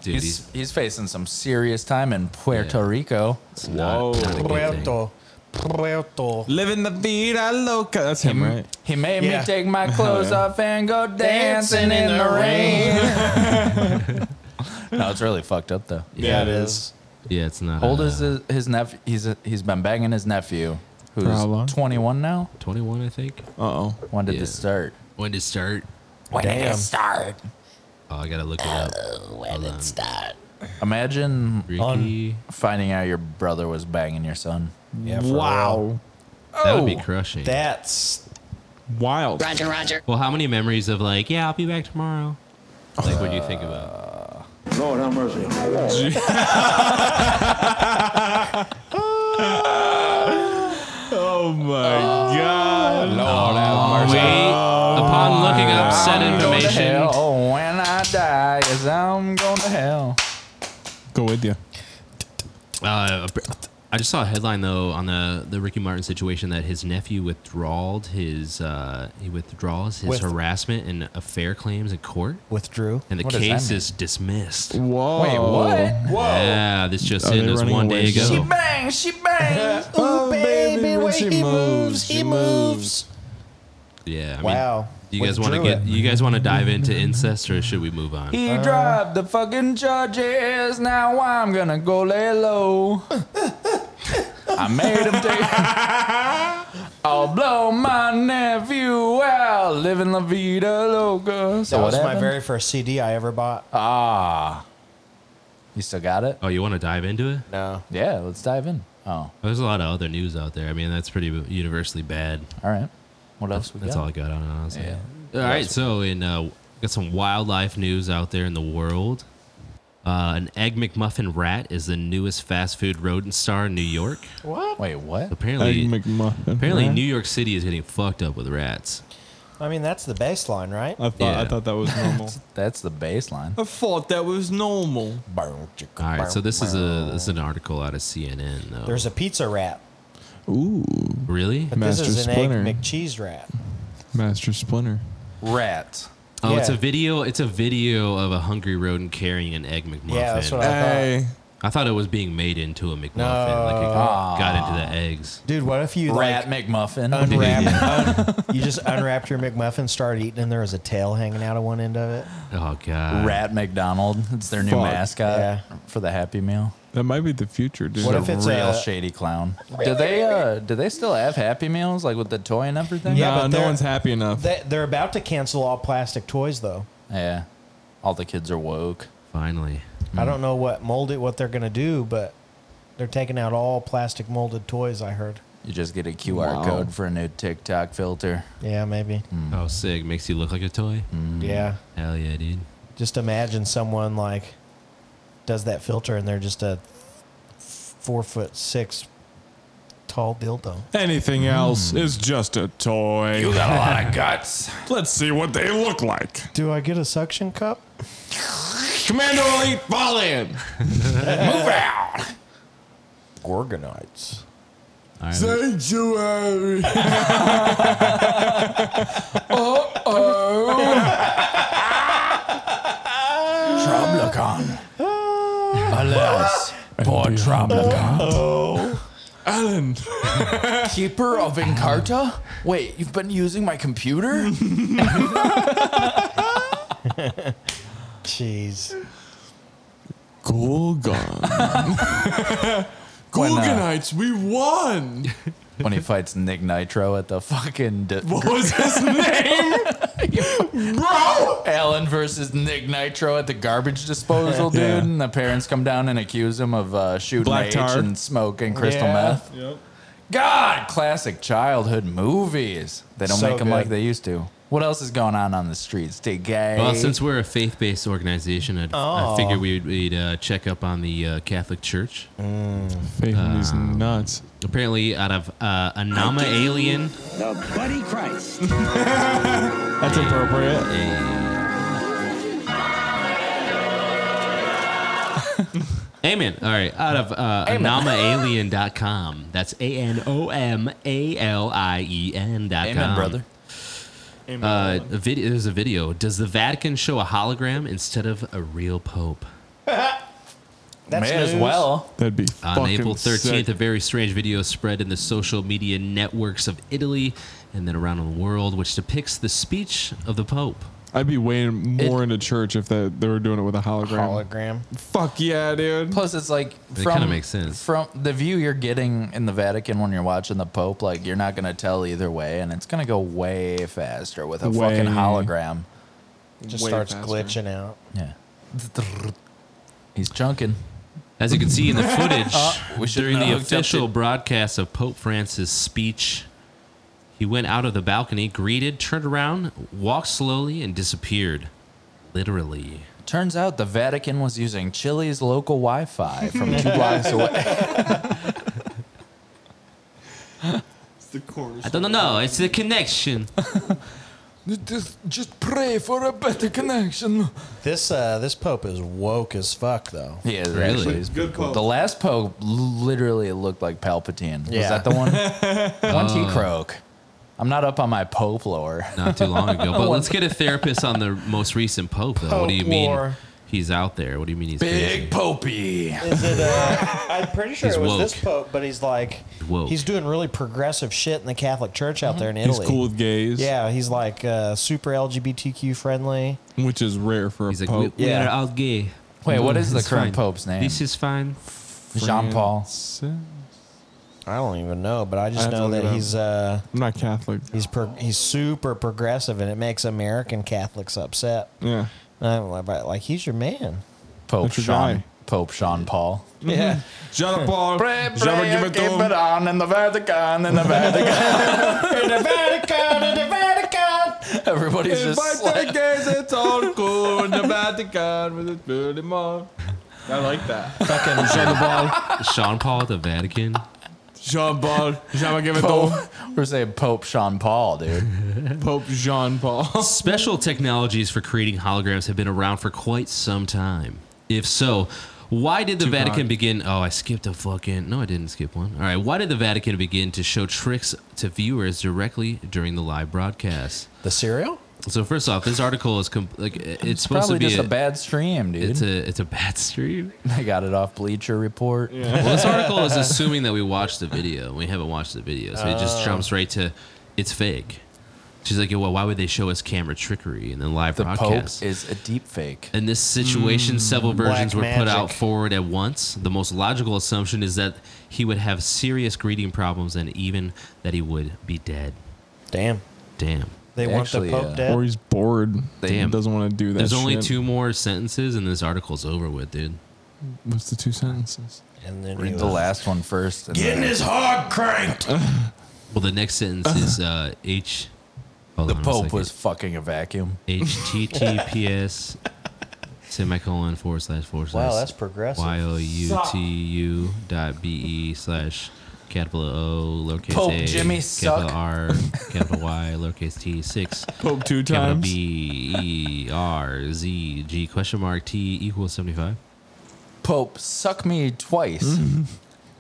Dude, he's, he's- he's, facing some serious time in Puerto Rico. not- not a good thing. Puerto. Puerto. Living the vida loca. That's him, right? He made Yeah. me take my *laughs* clothes yeah. off and go dancing, in, the, rain. *laughs* no, it's really fucked up though. Yeah, it is. Yeah, it's not. How old uh, is his, his nephew? He's he's been banging his nephew, who's how long? 21 now. 21, I think. Uh oh. When did Yeah. this start? When did it start? When did it start? Oh, I gotta look it up. Oh, When did it start? Imagine Ricky. finding out your brother was banging your son. Yeah, for Wow. That would be Oh, crushing. That's Wild. Roger, Roger. well, how many memories of like, yeah, I'll be back tomorrow? Like, what do you think about? Uh, Lord have *laughs* mercy. Oh my god. Lord have mercy. Oh, Upon looking up said I'm going to information, hell when I die, is I'm going to hell. Go with you. uh, I just saw a headline though on the the Ricky Martin situation that his nephew withdrawed his uh, he withdraws his With- harassment and affair claims in court, Withdrew. and the What does that case mean? is dismissed. Whoa. Wait, what? Whoa. Yeah, this just Are in. they It was running one day away? ago. She Bang! She bangs. Ooh, baby, baby, when when she he moves, moves, she he moves. Yeah. I mean, Wow. do you guys want to Withdrew get? it. You guys want to dive into incest, or should we move on? He Uh-huh. dropped the fucking charges. Now I'm gonna go lay low. I made him take. *laughs* I'll blow my nephew out, living la vida loca. that was my very first CD I ever bought. Ah. You still got it? Oh, you want to dive into it? No. Yeah, let's dive in. Oh. There's a lot of other news out there. I mean, that's pretty universally bad. All right. What else That's, we that's got? all I got on it, honestly. Yeah. All What right. else So, in uh, got some wildlife news out there in the world. Uh, an egg McMuffin rat is the newest fast food rodent star in New York. What? Wait, what? Apparently, Egg McMuffin apparently rat? New York City is getting fucked up with rats. I mean, that's the baseline, right? I thought I Yeah. thought that was *laughs* normal. That's the baseline. Oh. I thought that was normal. All All right. So this is a this is an article out of CNN though. There's a pizza rat, Ooh, really? but Master this is an Splinter. egg McCheese rat. Master Splinter. Rat. Oh, it's a Yeah. video. It's a video of a hungry rodent carrying an egg McMuffin. Yeah, that's what I thought. Hey, I thought it was being made into a McMuffin. Like it No. got into the eggs. Dude, what if you Rat like McMuffin. unwrap? un- you just unwrapped your McMuffin, started eating, and there was a tail hanging out of one end of it. Oh god. Rat McDonald. It's their new Fuck. mascot Yeah. for the Happy Meal. That might be the future, dude. What What if it's real a- shady clown? Do they uh do they still have Happy Meals like with the toy and everything? Yeah, Nah, but no they're- one's happy enough. They, they're about to cancel all plastic toys, though. Yeah. All the kids are woke. Finally. Hmm. I don't know what molded what they're gonna do, but they're taking out all plastic molded toys. I heard. You just get a QR Wow. code for a new TikTok filter. Yeah, maybe. Oh, sick. Makes you look like a toy. Mm. Hmm. Yeah. Hell yeah, dude. Just imagine someone like does that filter, and they're just a four foot six tall *laughs* dildo. Anything else is just a toy. You got a *laughs* lot of guts. Let's see what they look like. Do I get a suction cup? Commando Elite, fall *laughs* in. Gorgonites. All right. Sanctuary. Troblicon. Alas, poor Troblicon. Alan. Keeper of Encarta? Wait, you've been using my computer? Jeez. Golgon. *laughs* When, uh, Gorgonites, we *laughs* won. *laughs* when he fights Nick Nitro at the fucking d- What was his name? Bro. Alan versus Nick Nitro at the garbage disposal, dude. Yeah. And the parents come down and accuse him of uh, shooting Black H tar. and smoking crystal Yeah. meth. God, classic childhood movies. They don't So make them good. like they used to. What else is going on on the streets today? Well, since we're a faith-based organization, I'd, I figure we'd, we'd uh, check up on the uh, Catholic Church. Faith in these nuts. Apparently, out of uh, Anama Alien, The Buddy Christ. That's appropriate. Amen. All right, out of uh, AnamaAlien.com. That's A N O M A L I E N dot com. Amen, brother. Uh, a vid- there's a video. Does the Vatican show a hologram instead of a real pope? That's May as news. well. That'd be On fucking April 13th, sick. a very strange video spread in the social media networks of Italy and then around the world, which depicts the speech of the Pope. I'd be way more into church if that they were doing it with a hologram. Hologram. Fuck yeah, dude. Plus, it's like That from kinda makes sense. from the view you're getting in the Vatican when you're watching the Pope. Like you're not gonna tell either way, and it's gonna go way faster with a Way. fucking hologram. Just Way starts faster. glitching out. Yeah, *laughs* he's chunking. As you can see in the footage, we shouldn't during the have hooked up official to- broadcast of Pope Francis' speech, he went out of the balcony, greeted, turned around, walked slowly, and disappeared. Literally. Turns out the Vatican was using Chile's local Wi-Fi *laughs* from two blocks away. *laughs* I don't know. It's the connection. Just, just pray for a better connection. This uh, this pope is woke as fuck though. He is Really? actually. He's Good cool. pope. The last pope l- literally looked like Palpatine. Was Yeah. that the *laughs* one? one T Uh. croak. I'm not up on my pope lore. Not too long ago. *laughs* But let's get a therapist on the most recent Pope, though. what do you Pope mean lore. he's out there? What do you mean he's crazy? Big popey. Is it? Uh, I'm pretty sure He's it was woke. this pope, but he's like, woke. he's doing really progressive shit in the Catholic Church out there in He's Italy. cool with gays. Yeah, he's like uh, super LGBTQ friendly. Which is rare for a He's like, we, pope. we Yeah. are all gay. Wait, what is the It's current fine. pope's name? This is fine. Jean Paul. Francis? I don't even know, but I just have to know look that it up. he's uh, I'm not Catholic. he's pro- he's super progressive, and it makes American Catholics upset. Yeah. I'm like, but, like he's your man. Pope That's your Sean, guy. Pope Sean Paul. Yeah. Shut *laughs* up, Paul. Pray, Shut up, pray, give it keep to him. it on in the Vatican, in the Vatican. in the Vatican, in the Vatican. Everybody's just Invite like, the gays, it's *laughs* all cool in the Vatican with its beauty mark. I like that. Fucking Sean Paul, *laughs* Sean Paul at the Vatican. Jean Paul, Jean give it Pope. to We're saying Pope Sean Paul, dude. Pope Jean *laughs* Paul. Special technologies for creating holograms have been around for quite some time. If so, why did the Tupac. Vatican begin? Oh, I skipped a fucking. No, I didn't skip one. All right. Why did the Vatican begin to show tricks to viewers directly during the live broadcast? The cereal? So first off, this article is com- like it's, supposed Probably to be just a, bad stream, dude. It's a it's a bad stream. I got it off Bleacher Report. Well, this article *laughs* is assuming that we watched the video. We haven't watched the video, so it Oh. just jumps right to it's fake. She's like, well, why would they show us camera trickery and then live The broadcast? Pope is Mm, a deep fake. In this situation, several versions black were put out magic. forward at once. The most logical assumption is that he would have serious greeting problems and even that he would be dead. Damn. Damn. They Actually, want the Pope yeah. dead. Or he's bored. Damn. Doesn't want to do that. There's only shit. two more sentences and this article's over with, dude. What's the two sentences? and then he Read the was- last one first. and Getting then- his hog cranked. Well, the next sentence is uh, H. hold Uh-huh. the on a Pope second. was fucking a vacuum. *laughs* HTTPS semicolon forward slash forward slash. Wow, that's progressive. Y o u t u dot b e slash capital O lowercase Pope a Jimmy capital suck. R capital Y lowercase t *laughs* six Pope two capital times. B E R Z G question mark t equals seventy five. Pope, suck me twice. Mm,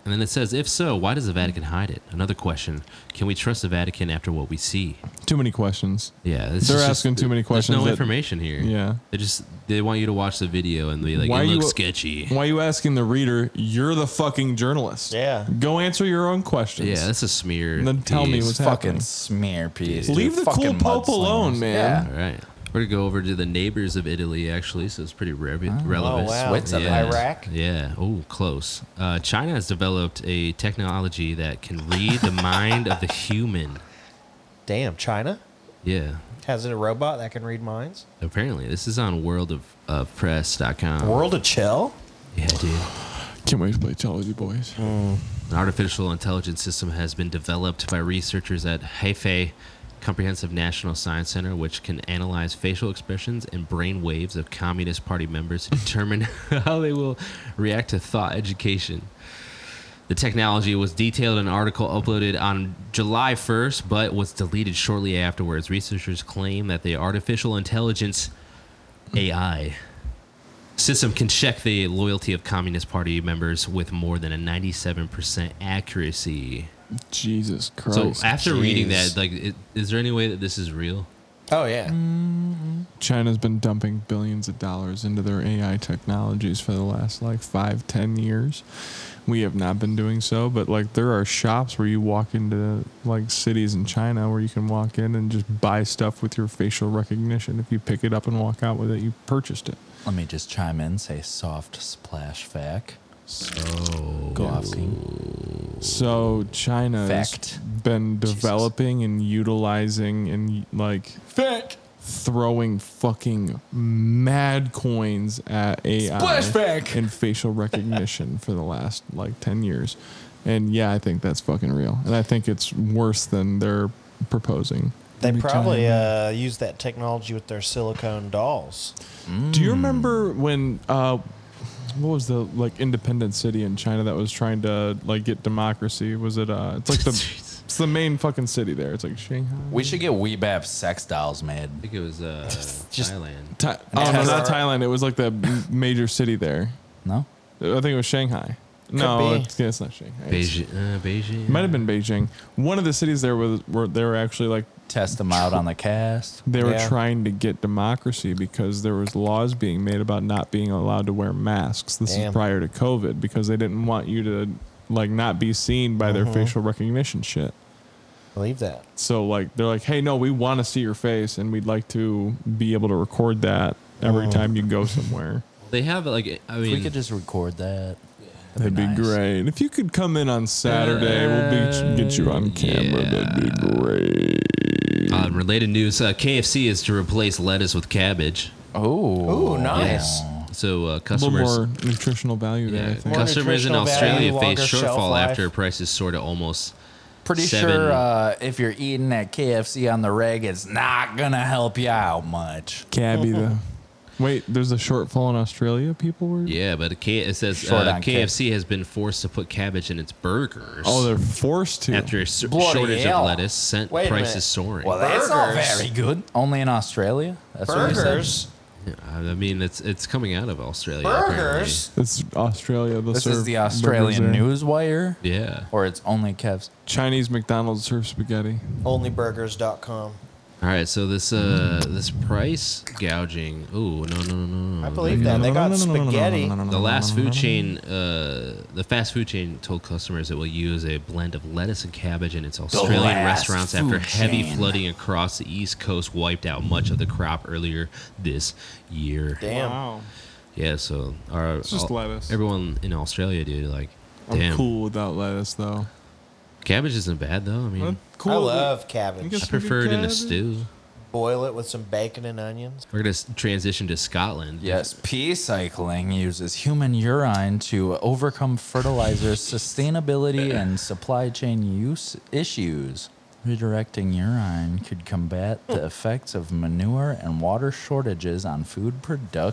And then it says, if so, why does the Vatican hide it? Another question: Can we trust the Vatican after what we see? Too many questions. Yeah, this They're is just- asking too many questions There's no that- information here. Yeah. they just they want you to watch the video and be like, Why it you- looks sketchy. Why are you asking the reader? You're the fucking journalist. Yeah. Go answer your own questions. Yeah, that's a smear. And then tell me piece. what's fucking happening. smear piece. Leave dude. the cool Fucking Pope alone, mudslingers. man. All right, we're gonna go over to the neighbors of Italy actually, so it's pretty re- relevant. Oh, wow. Switzerland. Yeah. Iraq? Yeah. Oh, close. Uh, China has developed a technology that can read the mind of the human. Damn, China Yeah. has it a robot that can read minds? Apparently, this is on World of uh, Press.com. World of Chell. Yeah, dude. Can't wait to play Technology Boys. An artificial intelligence system has been developed by researchers at Hefei Comprehensive National Science Center, which can analyze facial expressions and brain waves of Communist Party members to determine *laughs* how they will react to thought education. The technology was detailed in an article uploaded on July 1st, but was deleted shortly afterwards. Researchers claim that the artificial intelligence AI system can check the loyalty of Communist Party members with more than a 97% accuracy. Jesus Christ. so after reading Jeez. that, like, it, is there any way that this is real? Oh yeah. China's been dumping billions of dollars into their AI technologies for the last like five, ten years. We have not been doing so, but like there are shops where you walk into like cities in China where you can walk in and just buy stuff with your facial recognition. If you pick it up and walk out with it, you purchased it. Let me just chime in, say soft splash fact. Go off, King. So China has Fact. been developing and utilizing and like Fact. throwing fucking mad coins at AI Splashback. and facial recognition for the last like 10 years. And yeah, I think that's fucking real. And I think it's worse than they're proposing. They Every probably time. uh, use that technology with their silicone dolls. Do you remember when uh what was the like independent city in China that was trying to like get democracy? Was it uh it's like the Jeez. it's the main fucking city there. It's like Shanghai. We should get Weebab sex dolls made. I think it was *laughs* uh, Just- Thailand. Tha- oh no, not Thailand. It was like the m- major city there. No? I think it was Shanghai. no, be. it's, it's not Shanghai. It's- Beijing. Uh, Beijing. Might have been Beijing. One of the cities there was where they were actually like Test them out on the cast. they were Yeah. trying to get democracy because there was laws being made about not being allowed to wear masks. This Damn. is prior to COVID because they didn't want you to like not be seen by Mm-hmm. their facial recognition shit. Believe that. So like they're like, hey, no, we want to see your face and we'd like to be able to Mm. record that every time you go somewhere. They have like I If mean, we could just record that. That'd, be, great. If you could come in on Saturday, we'll be, get you on camera. That'd be great. Uh, related news: uh, KFC is to replace lettuce with cabbage. Oh, Yeah. So uh, A customers, little more nutritional value there. I think. customers in nutritional value, Australia face longer shelf shortfall life. after prices soar to almost Pretty seven. sure uh, if you're eating at KFC on the reg, it's not gonna help you out much. Cabby though. Wait, there's a shortfall in Australia. People were. yeah, but K- it says Short uh, on KFC has been forced to put cabbage in its burgers. Oh, they're forced to. after a s- Bloody shortage hell. of lettuce sent Wait a minute. prices soaring. Well, that's not Burgers. very good. Only in Australia. That's Burgers? Yeah, I mean, it's it's coming out of Australia. Burgers? It's Australia. They'll This is serve the Australian burgers there. Newswire. Yeah. Or it's only Kev's. Chinese McDonald's serve spaghetti. Onlyburgers.com. All right, so this uh this price gouging. Ooh, no, no, no, no. I believe that. They got spaghetti. The last food chain, uh, the fast food chain told customers it will use a blend of lettuce and cabbage in its Australian last restaurants after food heavy chain. flooding across the East Coast wiped out much of the crop earlier this year. Damn. Yeah, so our It's just lettuce. Everyone in Australia, dude, like, I'm damn, cool without lettuce though. cabbage isn't bad though. I mean, Cool. I love cabbage. You get I prefer it in a stew. Boil it with some bacon and onions. We're gonna s- transition to Scotland. Yes, pea cycling uses human urine to overcome fertilizer sustainability and supply chain use issues. Redirecting urine could combat the effects of manure and water shortages on food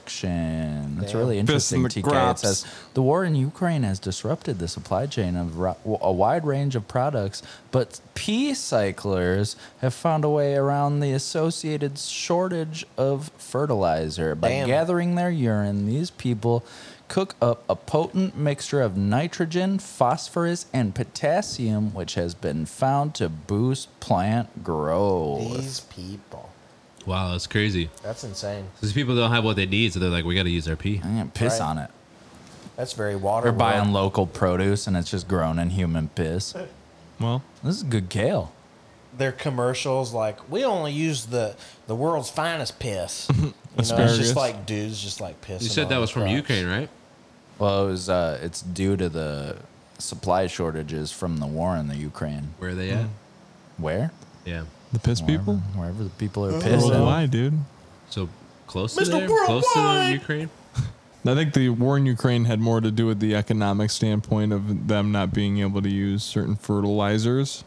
production. That's Damn. really Fist in interesting. the TK it says crops. the war in Ukraine has disrupted the supply chain of ro- a wide range of products, but pea cyclers have found a way around the associated shortage of fertilizer by Damn. gathering their urine. These people cook up a potent mixture of nitrogen, phosphorus, and potassium, which has been found to boost plant growth. These people. Wow, that's crazy. That's insane. These people don't have what they need, so they're like, we got to use our pee. I'm gonna piss Right. on it. That's very water. They're world. buying local produce, and it's just grown in human piss. Well, this is good kale. their commercials like we only use the the world's finest piss. you know, it's Asparagus. just like dudes just like piss. You said that was from Ukraine, right? Well, it was. Uh, it's due to the supply shortages from the war in the Ukraine. Where are they at? Mm-hmm. Where? Yeah. The piss people? Wherever the people are Oh. pissed. Worldwide, dude. So close Mr. to there? Close to the Worldwide! Ukraine? I think the war in Ukraine had more to do with the economic standpoint of them not being able to use certain fertilizers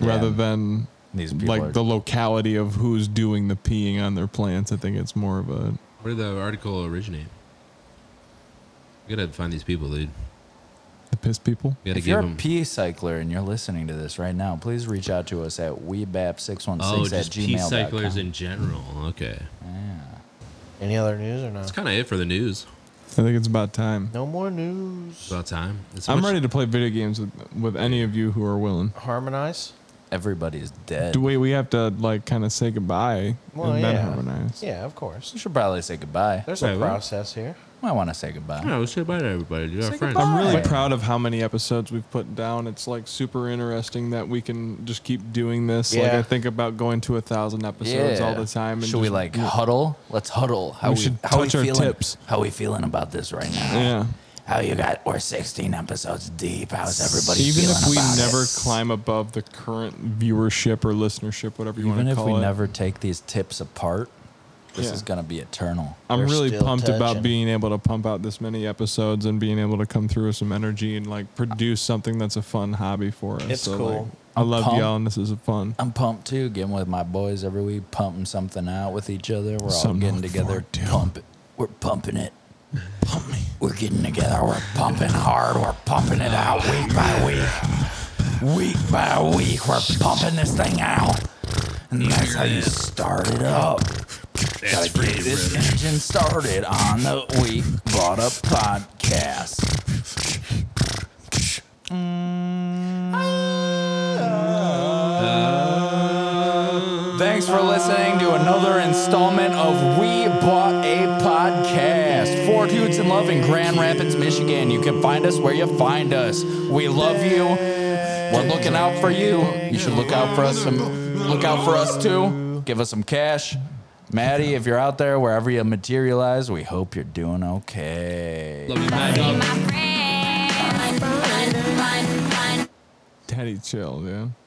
rather than These people like are- the locality of who's doing the peeing on their plants. I think it's more of a Where did the article originate? We got to find these people, dude. the piss people. We got to If give you're them. a pea cycler and you're listening to this right now, please reach out to us at webap616 Oh, at just pee gmail. cyclers in general. Okay. Any other news or no? That's kind of it for the news. I think it's about time. No more news. It's about time. It's I'm much- ready to play video games with, with any of you who are willing. Harmonize. Everybody's dead. Do we we have to like kind of say goodbye Well, and yeah. then harmonize? Yeah, of course. You should probably say goodbye. There's Yeah, a we- process here. I want to say goodbye. Yeah, let's say bye to everybody. dude. Our Say friends. I'm really proud of how many episodes we've put down. It's like super interesting that we can just keep doing this. Like Yeah. I think about going to a thousand episodes all the time. And should we just- like huddle? Let's huddle. How We we, should how touch we our feeling? tips. How we feeling about this right now? Yeah. How you got? We're 16 episodes deep. How's everybody Even feeling if we about never it? climb above the current viewership or listenership, whatever you want Even to if call we it, never take these tips apart, this Yeah. is gonna be eternal. I'm really pumped about being able to pump out this many episodes and being able to come through with some energy and like produce something that's a fun hobby for us. It's So, cool. like, I I'm love pumped. y'all, and this is fun. I'm pumped too. Getting with my boys every week, pumping something out with each other. We're all Something to getting look together. forward Pump it. We're pumping it. We're getting together. We're pumping hard. We're pumping it out week by week. Week by week, we're pumping this thing out. And that's how you start it up. Gotta get this engine started on the We Bought a Podcast. Thanks for listening to another installment of We Bought a Podcast. Four dudes in love in Grand Rapids, Michigan. You can find us where you find us. We love you. We're looking out for you. You should look out for us. Some, look out for us too. Give us some cash. Maddie, if you're out there, wherever you materialize, we hope you're doing okay. my friend. Daddy chill, dude.